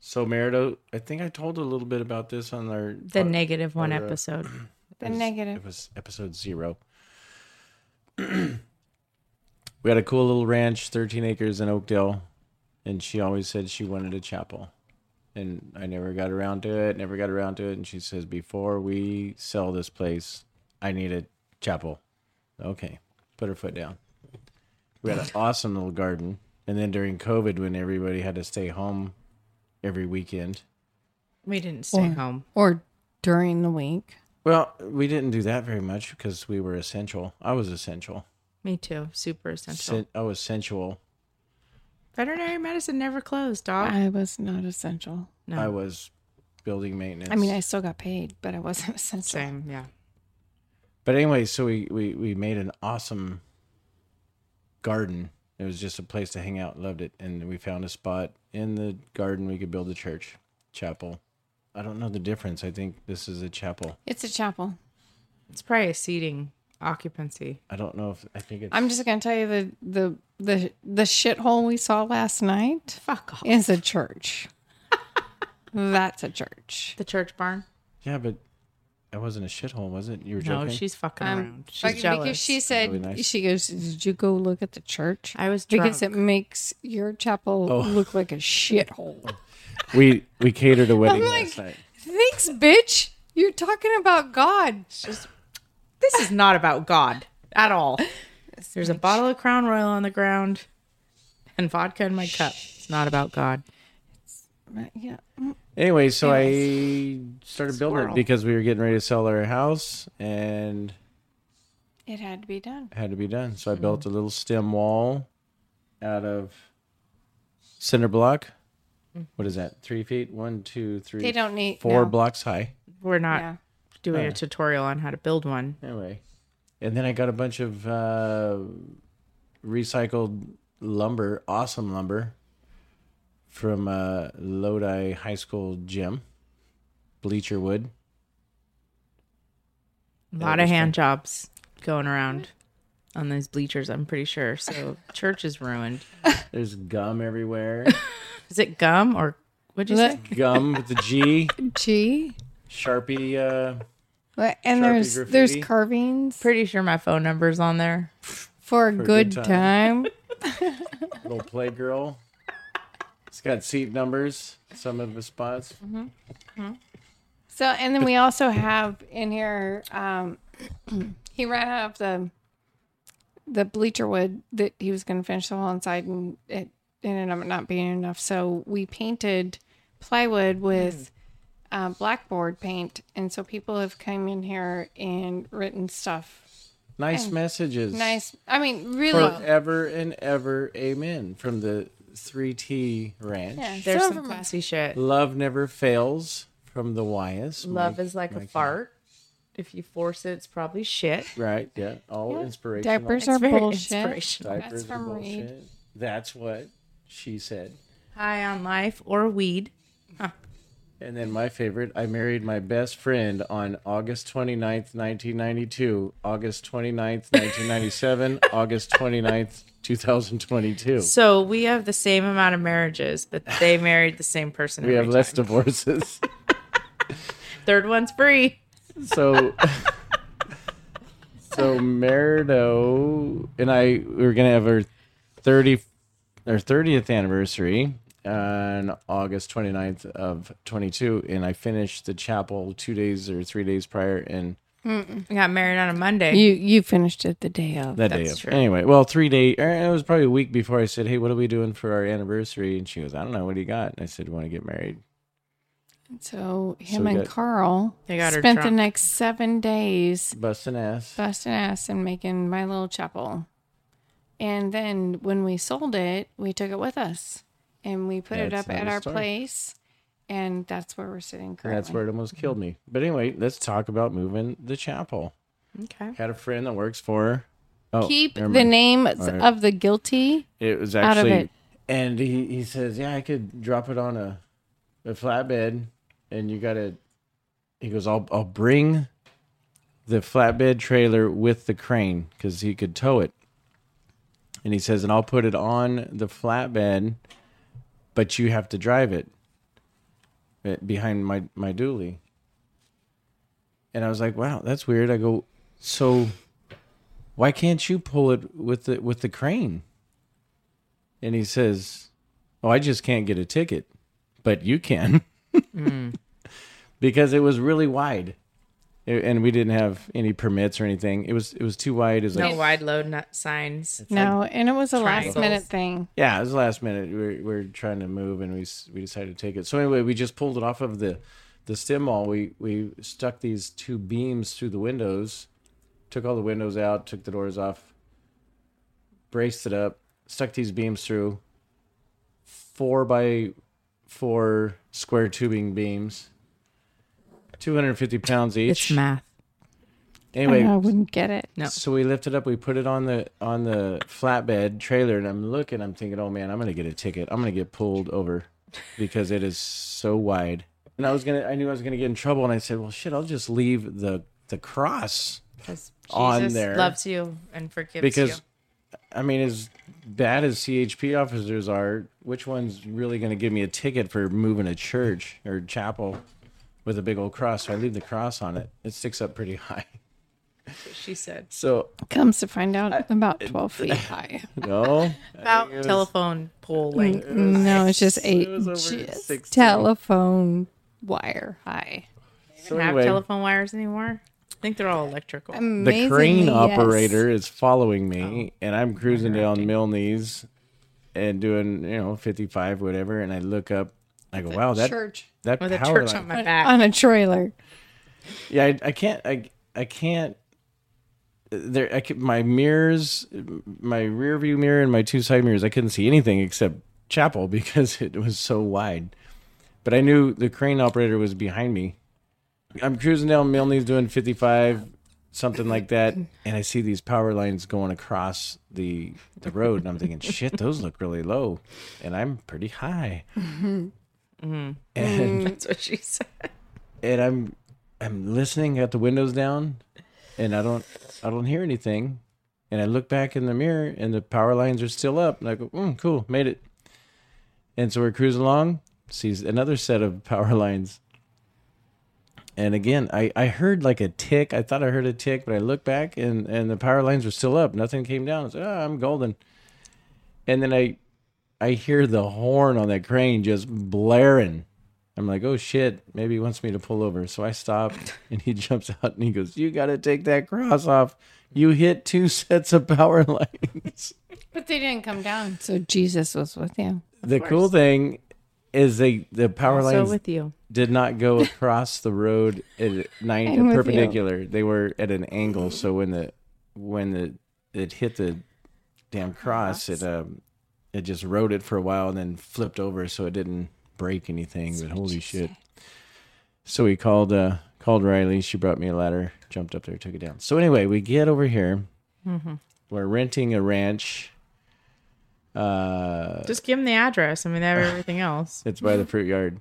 So Merida, I think I told a little bit about this on our
The
our-
negative one
or, uh,
episode.
[clears throat]
The
It was-
negative.
It was episode zero. [clears throat] we had a cool little ranch, 13 acres in Oakdale, and she always said she wanted a chapel. And I never got around to it, never got around to it. And she says, Before we sell this place, I need a chapel. Okay, put her foot down. We had an awesome little garden. And then during COVID, when everybody had to stay home every weekend,
We didn't stay home.
Or during the week.
well, we didn't do that very much because we were essential. I was essential.
Me too. Super essential.
Sen- oh, essential.
Veterinary medicine never closed, dog.
I was not essential.
No.
I was building maintenance.
I mean, I still got paid, but I wasn't [laughs] essential.
Same. Yeah.
but anyway, so we, we we made an awesome garden. It was just a place to hang out. Loved it. And we found a spot in the garden we could build a church, chapel. I don't know the difference. I think this is a chapel.
It's a chapel.
It's probably a seating occupancy.
I don't know if I think it's.
I'm just gonna tell you the the the the shithole we saw last night
Fuck off.
is a
[laughs]
church. That's a church.
The church barn.
yeah, but that wasn't a shithole, was it? You were
No,
joking.
she's fucking
Um,
around.
Like,
She's
Because
jealous.
she said
Really nice.
she goes, "Did you go look at the church?"
I was drunk.
because it makes your chapel
Oh.
look like
[laughs]
a shithole.
we we catered a
[laughs]
wedding
like-
last night.
Thanks, bitch. You're talking about God.
this is not about God at all. There's a bottle of Crown Royal on the ground and vodka in my cup. It's not about God.
uh, Yeah. mm,
Anyway, so I started building it
Squirrel.
because we were getting ready to sell our house and
It had to be done.
it had to be done. So I
Mm-hmm.
built a little stem wall out of cinder block. What is that? Three feet? One, two, three.
Mm-hmm. They don't need
four
no.
blocks high.
We're not
Yeah.
doing
Yeah.
a tutorial on how to build one.
Anyway, and then I got a bunch of uh, recycled lumber, awesome lumber from uh, Lodi High School gym, bleacher wood.
A
Yeah,
lot
it
of
was
hand jobs going around on those bleachers, I'm pretty sure. [laughs] So church is ruined.
There's gum
[laughs]
everywhere.
Is it gum or what'd you say?
Look,
gum with the G,
gee.
Sharpie. Uh,
What- And
Sharpie
there's
graffiti.
there's carvings
Pretty sure my phone number's on there.
for a good,
good
time.
little playgirl. It's got seat numbers, some of the spots.
So, and then we also have in here. Um, [clears throat] he ran out of the the bleacher wood that he was going to finish the wall inside, and it ended up not being enough. So we painted plywood with
Mm.
uh, blackboard paint, and so people have come in here and written stuff.
Nice messages.
Nice. I mean, really.
Forever and ever, amen. From the 3T Ranch.
yeah,
There's
some
some,
of them are-
classy shit.
Love never fails from the Wyas.
Love is like a fart. If you force it, it's probably shit.
Right. Yeah. All inspirational.
diapers
It's
are
very
bullshit.
inspirational.
Diapers are
from Reed.
bullshit. That's what she said.
High on life or weed.
And then my favorite, I married my best friend on August 29th, 1992, August 29th,
[laughs]
1997, August 29th, 2022.
So we have the same amount of
[laughs]
marriages, but they married the same person.
We have
every
less
time.
divorces. [laughs]
Third one's free.
so [laughs] so Merido and I we were gonna have our thirty our thirtieth anniversary on August 29th of twenty two, and I finished the chapel two days or three days prior, and
We got married on a Monday.
You you finished it the day of.
uh, that day
That's
of,
true.
anyway. Well, three day er, it was probably a week before I said, "Hey, what are we doing for our anniversary?" And she goes, "I don't know. What do you got?" And I said, "Want to get married?"
So
So
him
we
and
got-
Carl
They got her
spent the
drunk.
next seven days
Busting ass.
busting ass and making my little chapel. And then when we sold it, we took it with us and we put it
That's
up at
another
our
story.
place. And that's where we're sitting
And
currently.
that's where it almost killed me. But anyway, let's talk about moving the chapel.
Okay.
had a friend that works for her. Oh,
Keep
never
the
mind.
names
All right.
of the guilty.
It was
out of
actually,
it.
and he, he says, yeah, I could drop it on a, a flatbed, and you gotta. He goes, I'll I'll bring the flatbed trailer with the crane because he could tow it. And he says, and I'll put it on the flatbed, but you have to drive it eh, behind my my dually. And I was like, wow, that's weird. I go, so why can't you pull it with the with the crane? And he says, Oh, I just can't get a ticket, but you can. [laughs] because it was really wide. It- and we didn't have any permits or anything. It was it was too wide. It was
No
like,
wide load nut signs.
No, and it was a last
triangles.
minute thing.
yeah, it was last minute. We were, we were trying to move, and we s- we decided to take it. So anyway, we just pulled it off of the the stem wall. We we stuck these two beams through the windows, took all the windows out, took the doors off, braced it up, stuck these beams through four by four square tubing beams, two hundred fifty pounds each.
It's math.
Anyway,
And I wouldn't get it.
No.
So we lifted up, we put it on the on the flatbed trailer, and I'm looking, I'm thinking, oh man, I'm gonna get a ticket. I'm gonna get pulled over because it is so wide. And I was gonna, I knew I was gonna get in trouble, and I said, well, shit, I'll just leave the the cross
'Cause
On
Jesus
there.
loves you and forgives you.
because, I mean, as bad as CHP officers are, which one's really gonna give me a ticket for moving a church or chapel with a big old cross? So I leave the cross on it. It sticks up pretty [laughs] high.
She said.
So
Comes to find out, about 12
[laughs]
feet high.
no,
About
Mm.
telephone pole length.
no, it's just eight
was over
inches
16.
telephone wire high.
so
have
anyway,
telephone wires anymore? I think they're all electrical.
the crane
Amazingly, yes.
operator is following me and I'm cruising down Milne's and doing, you know, 55 whatever and I look up I go, "Wow, Oh, that
church
that
with a
power
church
line-
Oh, on my back.
on a trailer.
Yeah, I, I can't I I can't there I could, my mirrors, my rear view mirror and my two side mirrors, I couldn't see anything except chapel [laughs] because it was so wide. But I knew the crane operator was behind me. I'm cruising down Milne's doing 55 something like that and I see these power lines going across the the road and I'm thinking shit those look really low and I'm pretty high. And
That's what she said.
and I'm I'm listening, got the windows down, and I don't I don't hear anything. And I look back in the mirror, and the power lines are still up. And I go, mm, "Cool, made it." And so we're cruising along, sees another set of [laughs] power lines. And again, I I heard like a tick. I thought I heard a tick, but I look back, and and the power lines were still up. Nothing came down. I said, "Oh, I'm golden." And then I I hear the horn on that crane just blaring. I'm like, oh shit, maybe he wants me to pull over. So I stop [laughs] and he jumps out and he goes, You got to take that cross off. You hit two [laughs] sets of power lines.
But they didn't come down. So Jesus was with you.
the cool thing is they the power
So
lines
with you.
did not [laughs] go across the road at
I'm with
nine
you.
perpendicular. They were at an angle. So when the when the it hit the damn cross, it um it just rode it for a while and then flipped over, so it didn't break anything. But holy shit! So we called uh called Riley. She brought me a ladder, jumped up there, took it down. So anyway, we get over here. Mm-hmm. We're renting a ranch. Uh,
Just give them the address. I mean, they have everything else.
it's by the fruit yard.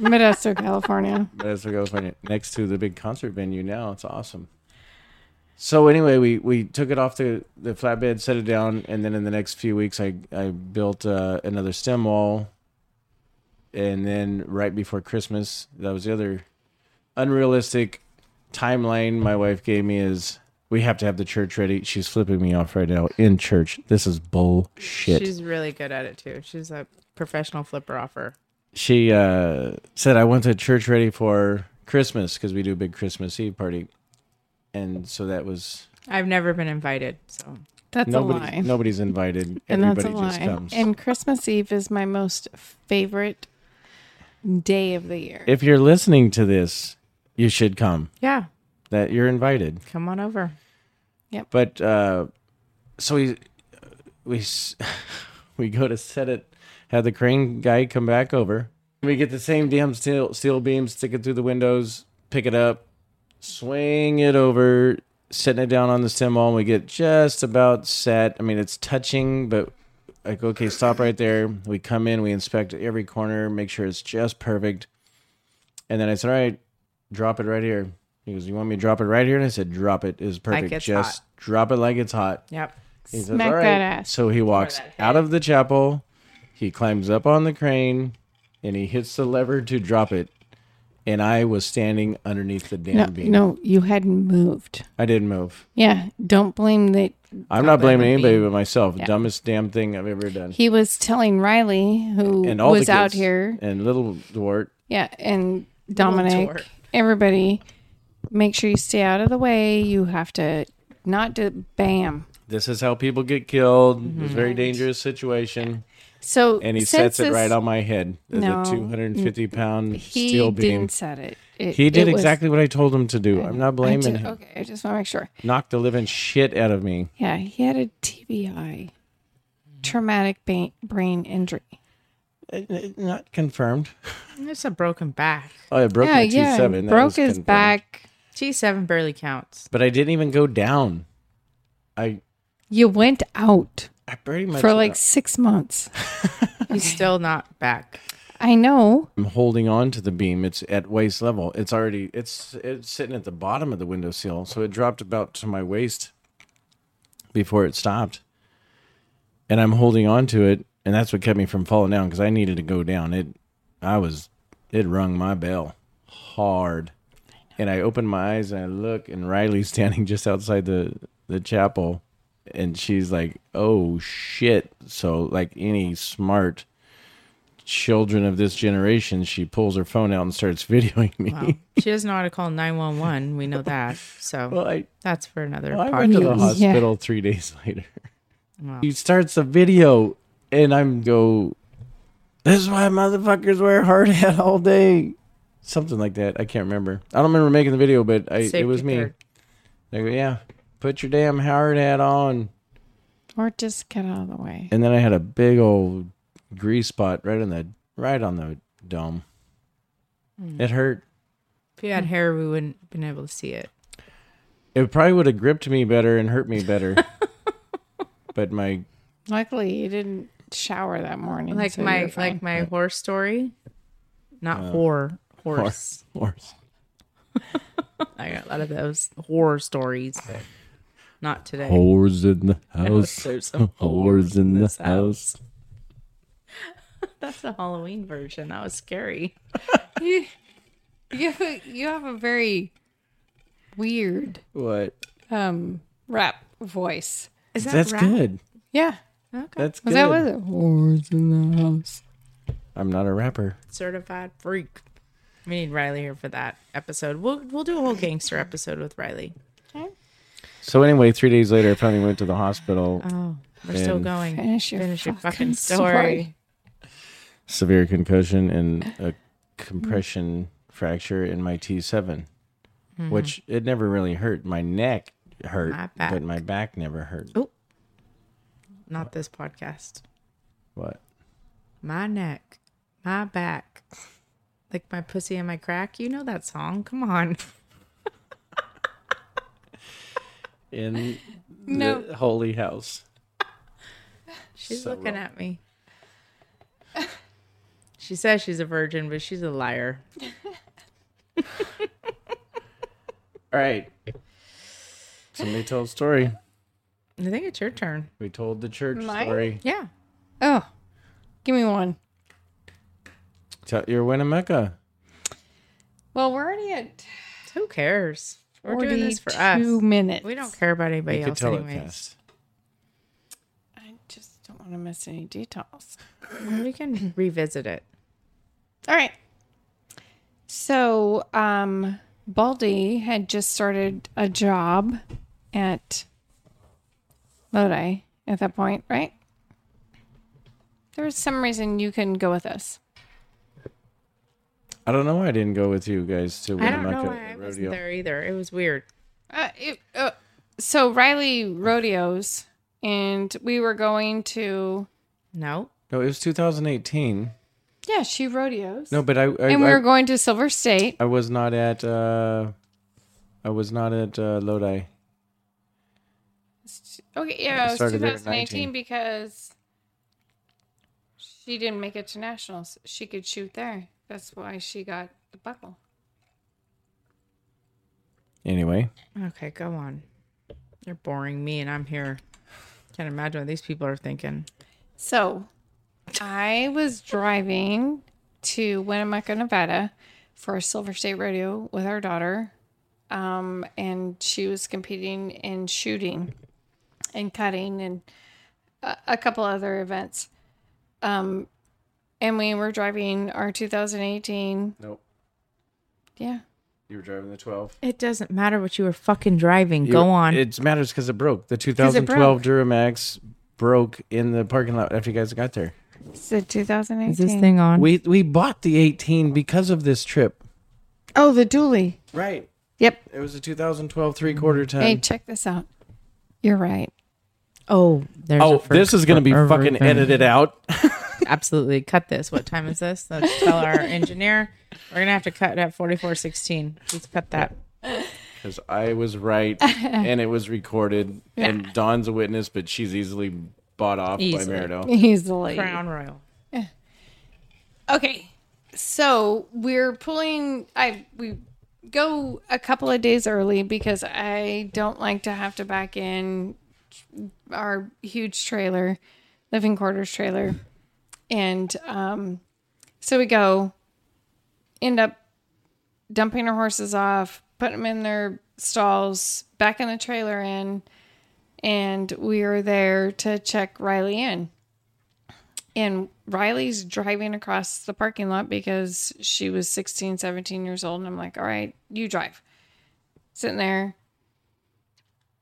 Modesto, California.
That's what I was finding. Next to the big concert venue now. It's awesome. So anyway, we, we took it off the, the flatbed, set it down, and then in the next few weeks, I I built uh, another stem wall. And then right before Christmas, that was the other unrealistic timeline my wife gave me is we have to have the church ready. She's flipping me off right now in church. This is bullshit.
She's really good at it too. She's a professional flipper offer.
she uh, said, I want the church ready for Christmas because we do a big Christmas Eve party. And so that was
I've never been invited, so
That's a
nobody,
lie.
nobody's invited.
and that's
Everybody
a
just
lie.
comes.
And Christmas Eve is my most favorite day of the year.
if you're listening to this, you should come.
yeah,
That you're invited.
come on over.
But uh, so we we s- [laughs] we go to set it. Have the crane guy come back over. We get the same damn steel steel beam sticking through the windows. Pick it up, swing it over, setting it down on the stem wall. And we get just about set. I mean, it's touching, but like okay, stop right there. We come in, we inspect every corner, make sure it's just perfect. And then I said, all right, drop it right here. He goes, you want me to drop it right here? And I said, drop it is perfect.
it's
just drop it like it's hot.
Yep.
He says,
Smack
"All right."
that ass.
So he walks
that
out of the chapel. He climbs up on the crane, and he hits the lever to drop it. And I was standing underneath the damn
no,
beam.
no, you hadn't moved.
I didn't move.
Yeah, don't blame that.
I'm not
blame
blaming
the
anybody
beam.
but myself. Dumbest damn thing I've ever done.
He was telling Riley, who
and all
was
the
out
kids
here,
and little dwart.
yeah, and
dork.
Dominic, everybody, make sure you stay out of the way. You have to not do bam.
This is how people get killed. It's a very dangerous situation.
So
And he
since
sets it
this-
right on my head. There's
No.
a 250 pound
He
steel beam.
didn't set it. It-
He did
it was-
exactly what I told him to do. I'm not
I
blaming
ju-
him.
Okay, I just want to make sure.
Knocked the living shit out of me.
Yeah, he had a TBI, traumatic ba- brain injury.
It- it- Not confirmed.
It's a broken back.
Oh, I broke
yeah,
my T
yeah,
seven.
broke his back.
T7 barely counts.
But I didn't even go down. I
You went out
I pretty much
for like six months.
He's still not back.
I know.
I'm holding on to the beam. It's at waist level. It's already it's it's sitting at the bottom of the windowsill, so it dropped about to my waist before it stopped. And I'm holding on to it, and that's what kept me from falling down because I needed to go down. It I was it rung my bell hard. And I open my eyes and I look and Riley's [laughs] standing just outside the the chapel and she's like, "Oh shit." So like any smart children of this generation, she pulls her phone out and starts [laughs] videoing me.
Wow. she doesn't know how to call 911. We know that. So
Well, I,
that's for another
well, I went to
podcast.
the
Yeah.
hospital three days later.
Wow.
He starts the video, and I'm go. This is why motherfuckers wear hard hat all day, something like that. I can't remember. I don't remember making the video, but I, it
Safety
was me.
third.
They go, yeah, put your damn hard hat on,
Or just get out of the way.
and then I had a big old grease spot right on the right on the dome.
Hmm.
It hurt.
If you had hair, we wouldn't have been able to see it.
It probably would have gripped me better and hurt me better. but my
Luckily, you didn't shower that morning.
Like
so you're
my
fine.
like my horse story. Not whore. Horse.
Uh, horse.
I got a lot of those horror stories, but not today.
Whores in the
There's some
[laughs] Whores in the
this
house.
That's the Halloween version. That was scary.
you, you, have a, you have a very weird
What?
um, rap voice.
Is that
That's
rap?
good.
Yeah.
Okay.
That's
Was
good.
that with it? Wars in the house.
I'm not a rapper.
Certified freak. We need Riley here for that episode. We'll we'll do a whole gangster episode with Riley.
So anyway, three days later, I finally went to the hospital.
Oh, we're still
And-
going.
Finish your fucking story.
Severe concussion and a compression fracture in my T7, which it never really hurt. My neck hurt,
My back.
but my back never hurt.
Oh. Not this podcast.
What?
My neck, my back, like my pussy and my crack. You know that song? Come on. [laughs]
In
No.
the holy house.
She's
So
looking
wrong.
at me. She says she's a virgin, but she's a liar.
All right. Somebody tell a story.
I think it's your turn.
We told the church
Mine?
story.
Yeah.
Oh, give me one.
Tell your Winnemucca.
Well, we're already at
Who cares? We're
42
doing this for us.
minutes.
We don't care about anybody
You could
else
tell it
anyways.
fast.
I just don't want to miss any details.
We can revisit it.
All right. So, um, Baldy had just started a job at Lodi at that point, right? There was some reason you couldn't go with us.
I don't know why I didn't go with you guys to
I don't know
Winnemucca
why I wasn't
rodeo.
there either. It was weird.
Uh, it, uh, so Riley rodeos, and we were going to
No.
No, it was 2018.
yeah, she rodeos,
No, but I I,
and we
I,
were going to Silver State.
I was not at uh I was not at uh, Lodi.
Okay, yeah,
I
it was
started there at
2018
19.
because she didn't make it to nationals. She could shoot there. That's why she got the buckle.
Anyway,
Okay, go on. You're boring me, and I'm here. Can't imagine what these people are thinking.
So, I was driving to Winnemucca, Nevada, for a Silver State Rodeo with our daughter, um, and she was competing in shooting, and cutting, and a, a couple other events. Um, and we were driving our 2018.
nope.
Yeah.
You were driving the 12.
It doesn't matter what you were fucking driving. go on.
It matters because it broke. The
it
2012 Duramax broke in the parking lot after you guys got there.
Is it 2018?
Is this thing on?
We we bought the 18 because of this trip.
Oh, the dually.
Right.
Yep.
It was a 2012 three quarter ton.
Mm-hmm. Hey, check this out. You're right. [laughs]
oh, there's. a
oh,
fir-
this is gonna be
fir-
fucking
everything.
edited out.
[laughs]
[laughs]
Absolutely, cut this. What time is this?
[laughs]
Let's tell our engineer. We're gonna have to cut it at forty-four sixteen. Let's cut that.
Because I was
[laughs]
right, and it was recorded, and Dawn's a witness, but she's easily bought off
Easily.
by Merido.
Easily.
Crown Royal.
Okay. So we're pulling I we go a couple of days early because I don't like to have to back in our huge trailer, living quarters trailer. And um so we go end up dumping our horses off, putting them in their stalls, backing the trailer in, and we are there to check Riley in and Riley's driving across the parking lot because she was 16, 17 years old. And I'm like, all right, you drive. Sitting there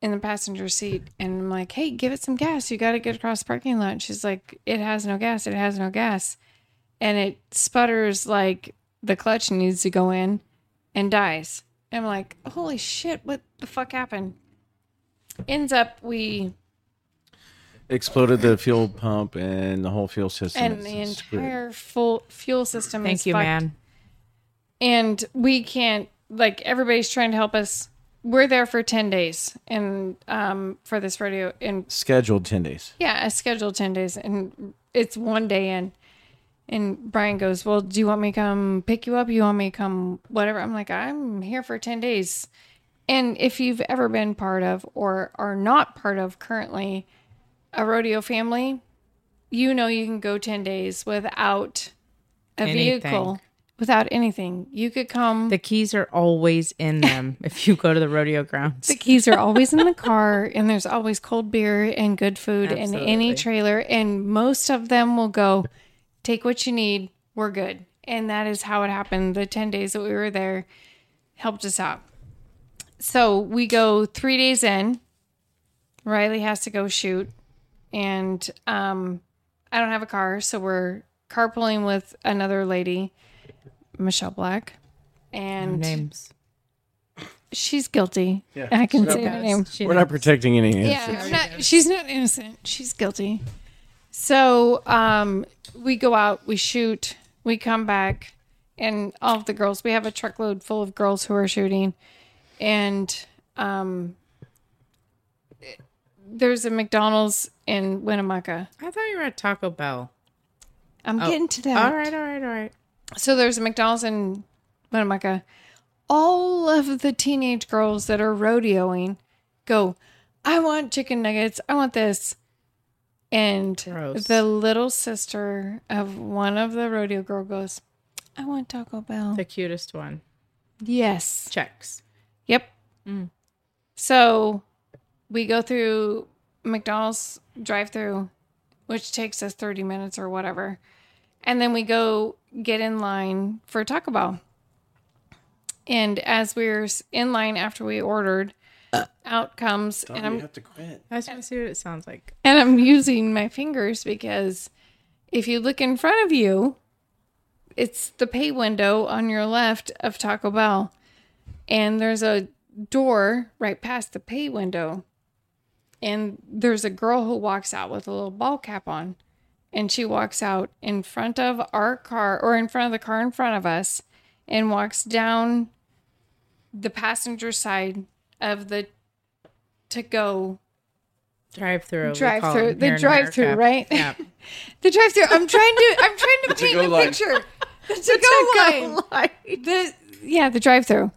in the passenger seat. And I'm like, hey, give it some gas. You got to get across the parking lot. And she's like, it has no gas. It has no gas. And it sputters like the clutch needs to go in and dies. And I'm like, holy shit, what the fuck happened? Ends up, we
Exploded the fuel pump and the whole fuel system.
and
is
the
screwed.
entire full fuel system.
Thank
is
you,
fucked.
man.
and we can't like everybody's trying to help us we're there for 10 days and um for this rodeo and
scheduled ten days.
yeah i scheduled 10 days and it's one day in and brian goes well do you want me to come pick you up you want me to come whatever i'm like i'm here for 10 days and if you've ever been part of or are not part of currently a rodeo family you know you can go 10 days without a
Anything.
vehicle without anything you could come
The keys are always in them if you go to the rodeo grounds.
The keys are always in the car, and there's always cold beer and good food in any
Absolutely.
trailer. And most of them will go, take what you need, we're good. And that is how it happened. The 10 days that we were there helped us out. So we go three days in. Riley has to go shoot, and um, I don't have a car, so we're carpooling with another lady, Michelle Black. And
Names.
she's guilty. I can say her name.
She
We're not protecting any innocent.
Yeah, I'm not, she's not innocent. She's guilty. So um, we go out, we shoot, we come back, and all of the girls. We have a truckload full of girls who are shooting, and um, there's a McDonald's in Winnemucca.
I thought you were at Taco Bell.
I'm getting to that.
Oh, All right, all right, all right.
so there's a McDonald's in Winnemucca. All of the teenage girls that are rodeoing go, I want chicken nuggets. I want this. And
Gross.
the little sister of one of the rodeo girl goes, I want Taco Bell.
The cutest one.
yes.
Checks.
Yep. So we go through McDonald's drive through, which takes us 30 minutes or whatever. And then we go get in line for Taco Bell. And as we're s- in line after we ordered, out comes, and I'm
Oh, to quit.
I just want to see what it sounds like.
and I'm using my fingers because if you look in front of you, it's the pay window on your left of Taco Bell. And there's a door right past the pay window. And there's a girl who walks out with a little ball cap on. And she walks out in front of our car or in front of the car in front of us and walks down the passenger side of the to go
Drive through.
Drive-through. The drive-through, right? [laughs]
Yeah.
The drive through. I'm trying to. I'm trying to paint
to-go
the
line.
picture. The to go line. The yeah, the drive through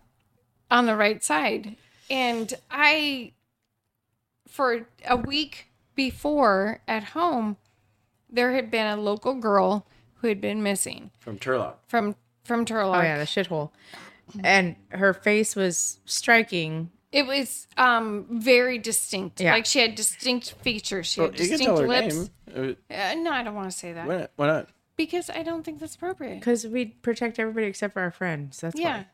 on the right side, and I for a week before at home, there had been a local girl who had been missing
From Turlock.
from from Turlock.
Oh yeah, the shithole. And her face was striking.
It was um very distinct.
Yeah.
Like she had distinct features. She had
You can
distinct
tell her
lips.
name.
Uh, no, I don't want to say
Uh,
that
Why not? Why not?
because I don't think that's appropriate.
Because we protect everybody except for our friends. That's
Yeah.
why.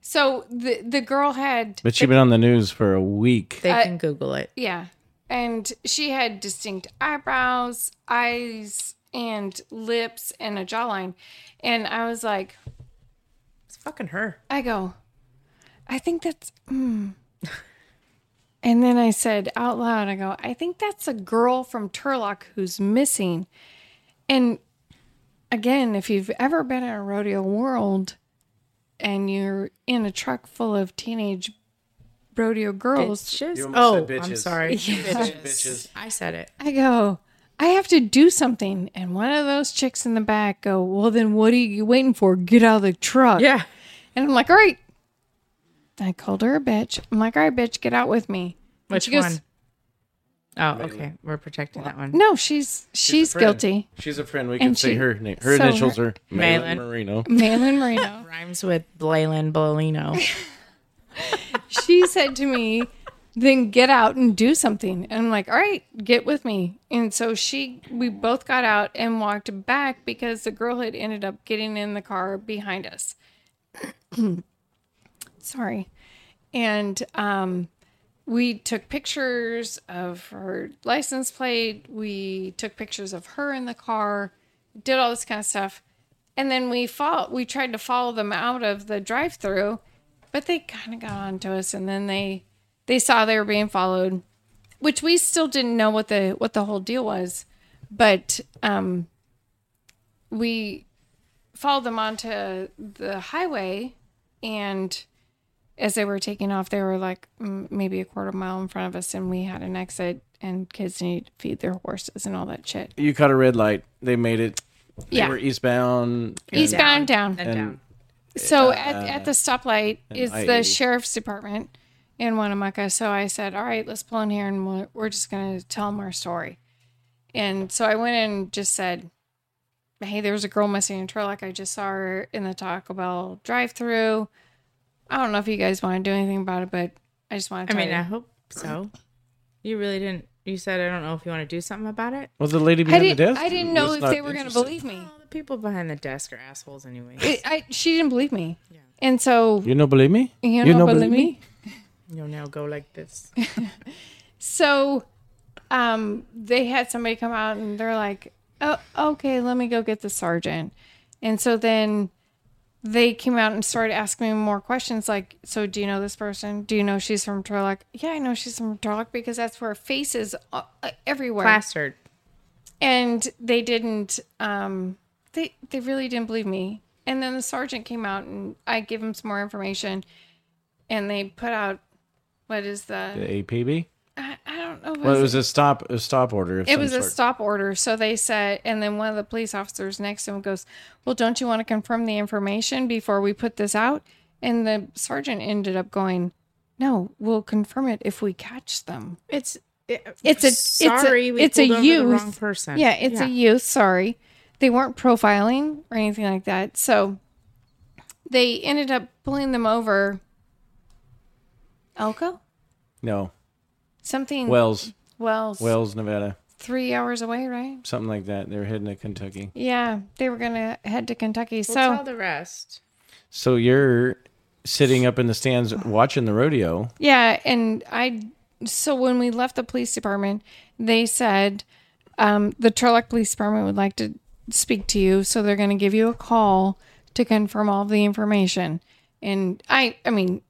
So the the girl had
But she's been on the news for a week.
They
I-
can Google it.
yeah, and she had distinct eyebrows, eyes, and lips, and a jawline, and I was like,
It's fucking her.
I go, I think that's. Mm. And then I said out loud, I go, I think that's a girl from Turlock who's missing. And again, if you've ever been in a rodeo world, and you're in a truck full of teenage rodeo girls,
Bitches.
You almost
Oh,
said
I'm
bitches.
[laughs]
sorry.
bitches.
I said it.
I go, I have to do something. And one of those chicks in the back go, well, then what are you waiting for? Get out of the truck.
Yeah.
And I'm like, all right. I called her a bitch. I'm like, all right, bitch, get out with me. And
Which
she goes, [laughs]
one? Oh, okay. We're protecting that one.
No, she's she's,
a friend.
guilty.
She's a friend. We can say
she-
her name. Her
so
initials
her-
are Malin
Malin.
Marino.
Malin [laughs] Marino.
Rhymes with
[laughs]
Blayland Bolino.
she said to me, then get out and do something. And I'm like, all right, get with me. And so she, we both got out and walked back because the girl had ended up getting in the car behind us. [clears throat] Sorry. And um, we took pictures of her license plate. We took pictures of her in the car, did all this kind of stuff. And then we fought, we tried to follow them out of the drive through but they kind of got onto us and then they they saw they were being followed which we still didn't know what the what the whole deal was but um we followed them onto the highway and as they were taking off they were like mm, maybe a quarter mile in front of us and we had an exit and kids need to feed their horses and all that shit
You caught a red light. They made it. They
Yeah.
were eastbound.
eastbound down
And down.
So at, at the stoplight is
IE.
the sheriff's department in Winnemucca. So I said, all right, let's pull in here and we're, we're just going to tell them our story. And so I went in and just said, hey, there was a girl missing in Turlock. I just saw her in the Taco Bell drive through. I don't know if you guys want to do anything about it, but I just want
I
to tell
mean, uh, I
you.
hope so. You really didn't. You said, I don't know if you want to do something about it.
Was the lady
I
behind the
didn't,
desk?
I didn't know
was
if
not
they were going to
interested.
believe me.
All the people behind the desk are assholes anyway.
It, I, she didn't believe me. And so,
You don't believe me?
you, know, believe, me?
You'll now go like this.
So um they had somebody come out and they're like, "Oh, okay, let me go get the sergeant." And so then they came out and started asking me more questions like, "So do you know this person? Do you know she's from Turlock?" "Yeah, I know she's from Turlock because that's where her face is uh, uh, everywhere."
Plastered.
And they didn't um they they really didn't believe me. And then the sergeant came out and I gave him some more information and they put out what is the
The APB?
I, I don't know what
Well,
is
it was a stop a stop order. Of
it
some
was a
sort.
stop order. So they said, and then one of the police officers next to him goes, Well, don't you want to confirm the information before we put this out? And the sergeant ended up going, No, we'll confirm it if we catch them.
It's. It,
It's a- it's a-
sorry, we
it's a
pulled over the wrong
youth.
person.
Yeah, it's a youth. Sorry. They weren't profiling or anything like that. So they ended up pulling them over. Elko?
No.
Something.
Wells.
Wells.
Wells, Nevada.
Three hours away, right?
Something like that. They were heading to Kentucky.
Yeah, they were going to head to Kentucky.
We'll
so.
tell the rest.
So you're sitting up in the stands watching the rodeo.
Yeah, and I so when we left the police department, they said um, the Turlock Police Department would like to speak to you, so they're going to give you a call to confirm all the information. And I, I mean,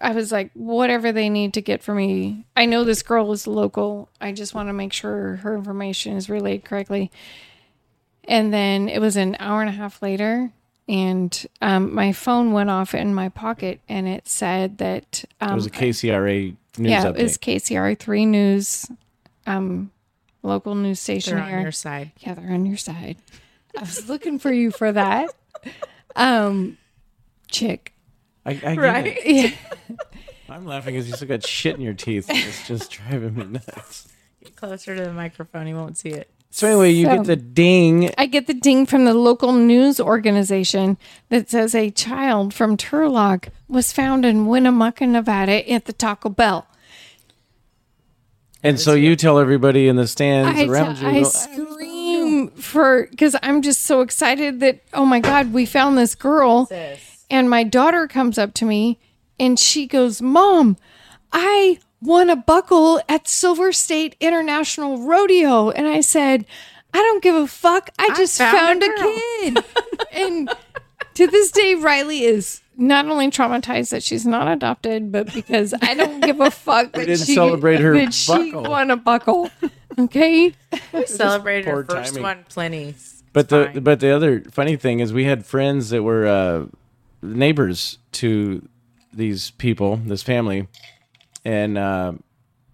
I was like, whatever they need to get from me. I know this girl is local. I just want to make sure her information is relayed correctly. And then it was an hour and a half later, and um, my phone went off in my pocket, and it said that um,
It was a KCRA news
yeah,
update.
it was KCR three news, um, local news station
They're on
here.
your side.
yeah, they're on your side. I was looking for you for that, um, chick.
I, I get it.
Yeah.
I'm laughing because you still got shit in your teeth. It's
[laughs]
just driving me nuts.
Get closer to the microphone. You won't see it.
So anyway, you
So-
get the ding.
I get the ding from the local news organization that says a child from Turlock was found in Winnemucca, Nevada, at the Taco Bell.
And so you tell everybody in the stands
I,
around you.
I
you go,
scream for because I'm just so excited that oh my god, we found this girl. And my daughter comes up to me and she goes, Mom, I won a buckle at Silver State International Rodeo. And I said, I don't give a fuck. I just found,
found a
a, kid. [laughs] and to this day, Riley is not only traumatized that she's not adopted, but because I don't give a fuck that
didn't
she
celebrate her
that she
buckle.
won a buckle. Okay.
We celebrated
poor
our first
timing.
one plenty.
But the
fine.
but the other funny thing is we had friends that were uh, neighbors to these people, this family, and uh,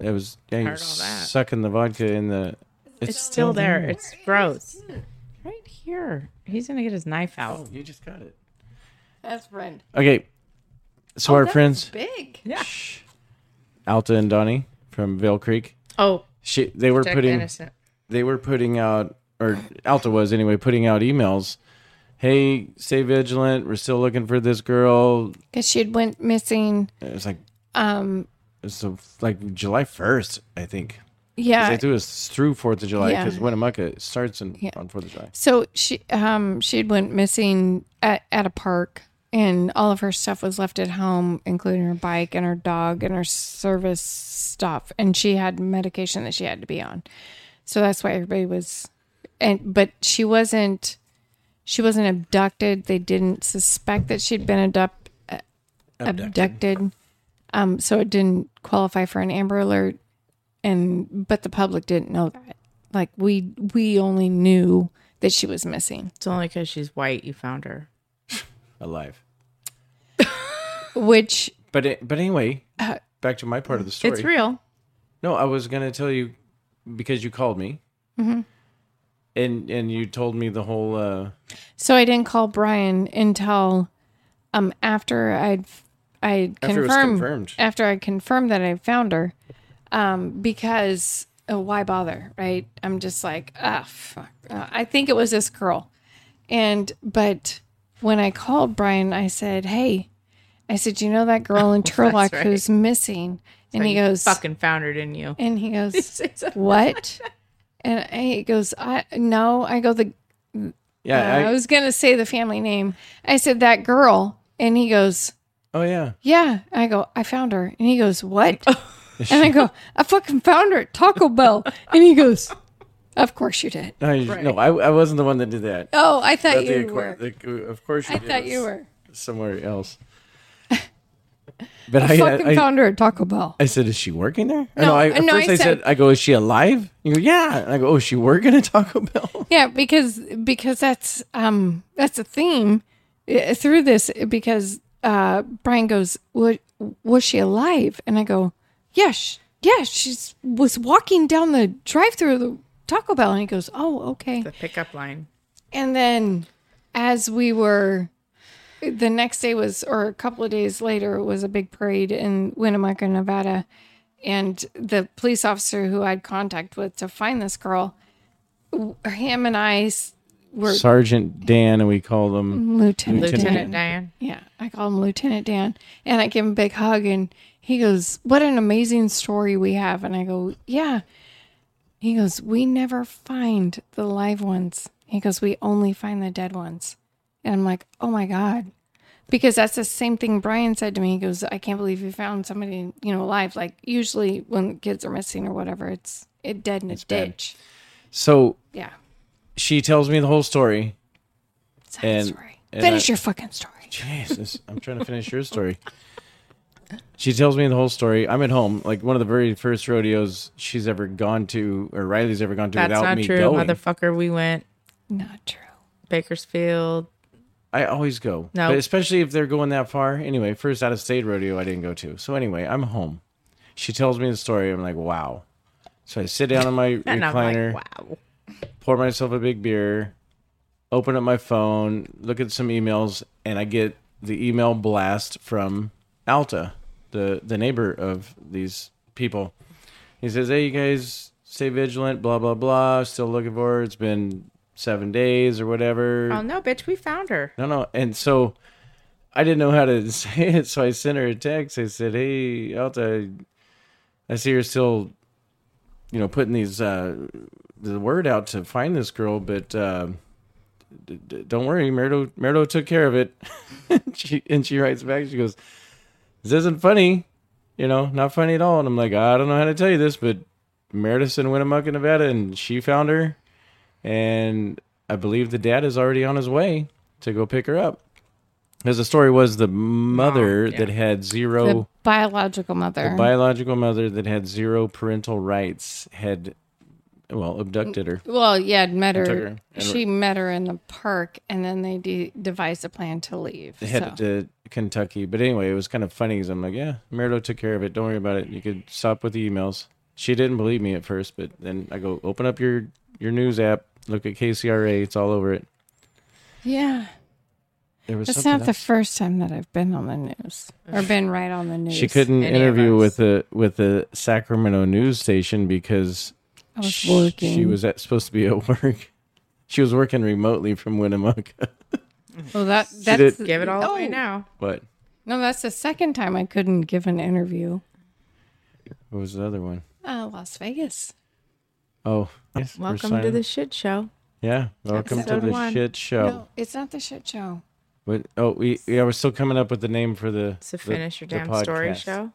it was dang,
Heard all that.
sucking the vodka in the.
It's still there.
Mm-hmm.
It's gross. Right here. He's gonna get his knife out.
You just got it.
That's friend.
Okay,
Oh,
so our friends
Big.
Yeah.
Alta and Donnie from Vale Creek,
Oh,
she they were
protect the
putting
innocent.
they were putting out or Alta was anyway putting out emails. Hey, stay vigilant. We're still looking for this girl.
Because she had went missing.
It was like
Um.
it's a, like July first, I think. 'Cause
Yeah.
they do this through Fourth of July
Uh, Yeah.
because Winnemucca starts in,
Yeah.
on Fourth of July.
So she um she had went missing at, at a park and all of her stuff was left at home, including her bike and her dog and her service stuff. And she had medication that she had to be on. So that's why everybody was and but she wasn't she wasn't abducted. They didn't suspect that she'd been abduct, abducted. Um so it didn't qualify for an Amber alert and but the public didn't know that. Like we we only knew that she was missing.
It's only because she's white you found her.
Alive,
Which
but it, but anyway,
Uh,
back to my part of the story.
It's real.
No, I was gonna tell you because you called me,
Mm-hmm.
and and you told me the whole. uh
so I didn't call Brian until um after I'd I
After it was
confirmed,
confirmed.
after I confirmed that I found her. Um because uh, why bother, right? I'm just like, ah fuck. Uh, I think it was this girl. And but when I called Brian, I said, "Hey, I said, you know that girl
[laughs]
in Turlock
right.
who's missing?" And
So
he
you
goes,
fucking found her,
[laughs]
didn't you?
And he
[laughs]
goes, "What?" And I, he goes, "I no." I go, "The uh,
Yeah,
I,
I,
was gonna say the family name." I said that girl, and he goes,
oh yeah,
"Yeah." I go, "I found her," and he
[laughs]
goes, "What?" and I go, "I fucking found her at Taco Bell," and he goes, "Of course you did."
no, you- no, I, I wasn't the one that did that.
Oh, I thought
But the
you
acqui-
were.
the- of course, you
I
did.
thought
It
you
was
were.
somewhere
[laughs]
else. But I, uh,
Fucking
I, I,
found her at Taco Bell.
I said, "Is she working there?" Or
No,
I,
uh,
at
no,
first
I
I said,
said-
"I go, is she alive?" You go, "Yeah." And I go, "Oh, is she working at Taco Bell?"
Yeah, because because that's um that's a theme uh, through this because uh Brian goes, "Was was she alive?" And I go, "Yes, yes, she's was walking down the drive-through of the Taco Bell." And he goes, "Oh, okay."
The pickup line.
And then as we were the next day was or a couple of days later was a big parade in Winnemucca, Nevada, and the police officer who I'd contact with to find this girl, w- him and I s- were
Sergeant Dan, and we called him.
Lieutenant, Dan.
Lieutenant Diane.
Yeah, I call him Lieutenant Dan, and I give him a big hug, and he goes, "What an amazing story we have!" And I go, "Yeah." He goes, "We never find the live ones." He goes, "We only find the dead ones," and I'm like, "Oh my god." Because that's the same thing Brian said to me. He goes, "I can't believe you found somebody, you know, alive." Like usually when kids are missing or whatever, it's it dead in a
dead.
ditch.
So
Yeah,
she tells me the whole story.
sad
And-
story.
and
Finish
I-
your fucking story.
Jesus, I'm trying to finish your story. She tells me the whole story. I'm at home, like one of the very first rodeos she's ever gone to, or Riley's ever gone to
That's
without
not
me
true,
going.
motherfucker. We went
Not true.
Bakersfield.
I always go.
No.
But especially if they're going that far. Anyway, first out of state rodeo I didn't go to. So anyway, I'm home. She tells me the story. I'm like, wow. So I sit down on my
[laughs] And
recliner,
I'm like, wow.
pour myself a big beer, open up my phone, look at some emails, and I get the email blast from Alta, the the neighbor of these people. He says, "Hey, you guys, stay vigilant. Blah blah blah. Still looking for her. It's been seven days or whatever.
Oh no, bitch, we found her.
No, no. And so I didn't know how to [laughs] say it, so I sent her a text. I said, "Hey, Alta, I see you're still, you know, putting these uh, the word out to find this girl, but uh, d- d- don't worry, Merdo Merdo took care of it." [laughs] she, and she writes back. She goes, "This isn't funny, you know, not funny at all." And I'm like, "I don't know how to tell you this, but Meredith's in Winnemucca, Nevada, and she found her, and I believe the dad is already on his way to go pick her up." Because the story was the mother
yeah.
that had zero
The biological mother.
biological mother that had zero parental rights had well, abducted her.
Well, yeah, I'd met her.
took her and-
she met her in the park, and then they de- devised a plan to leave.
They
so.
headed to Kentucky. But anyway, it was kind of funny because I'm like, yeah, Merlo took care of it. Don't worry about it. You could stop with the emails. She didn't believe me at first, but then I go, open up your, your news app, look at KCRA. It's all over it.
yeah,
There was
that's
something
not the
else.
first time that I've been on the news or been right on the news.
She couldn't
Any of
interview
us.
with the with the Sacramento news station because
I was
sh-
working.
she was at, supposed to be at [laughs] work. She was working remotely from Winnemucca.
Well, that
did-
that's
Give it all away
Oh.
now.
What?
No, that's the second time I couldn't give an interview.
What was the other one?
Uh, Las Vegas.
Oh, yes, we're
Welcome to
signing-
the shit show.
yeah. Welcome to
Episode
the
one.
shit show.
No, it's not the shit show.
What? Oh, we yeah, we're still coming up with the name for the
So
the-
finish your
the
damn story
podcast.
show.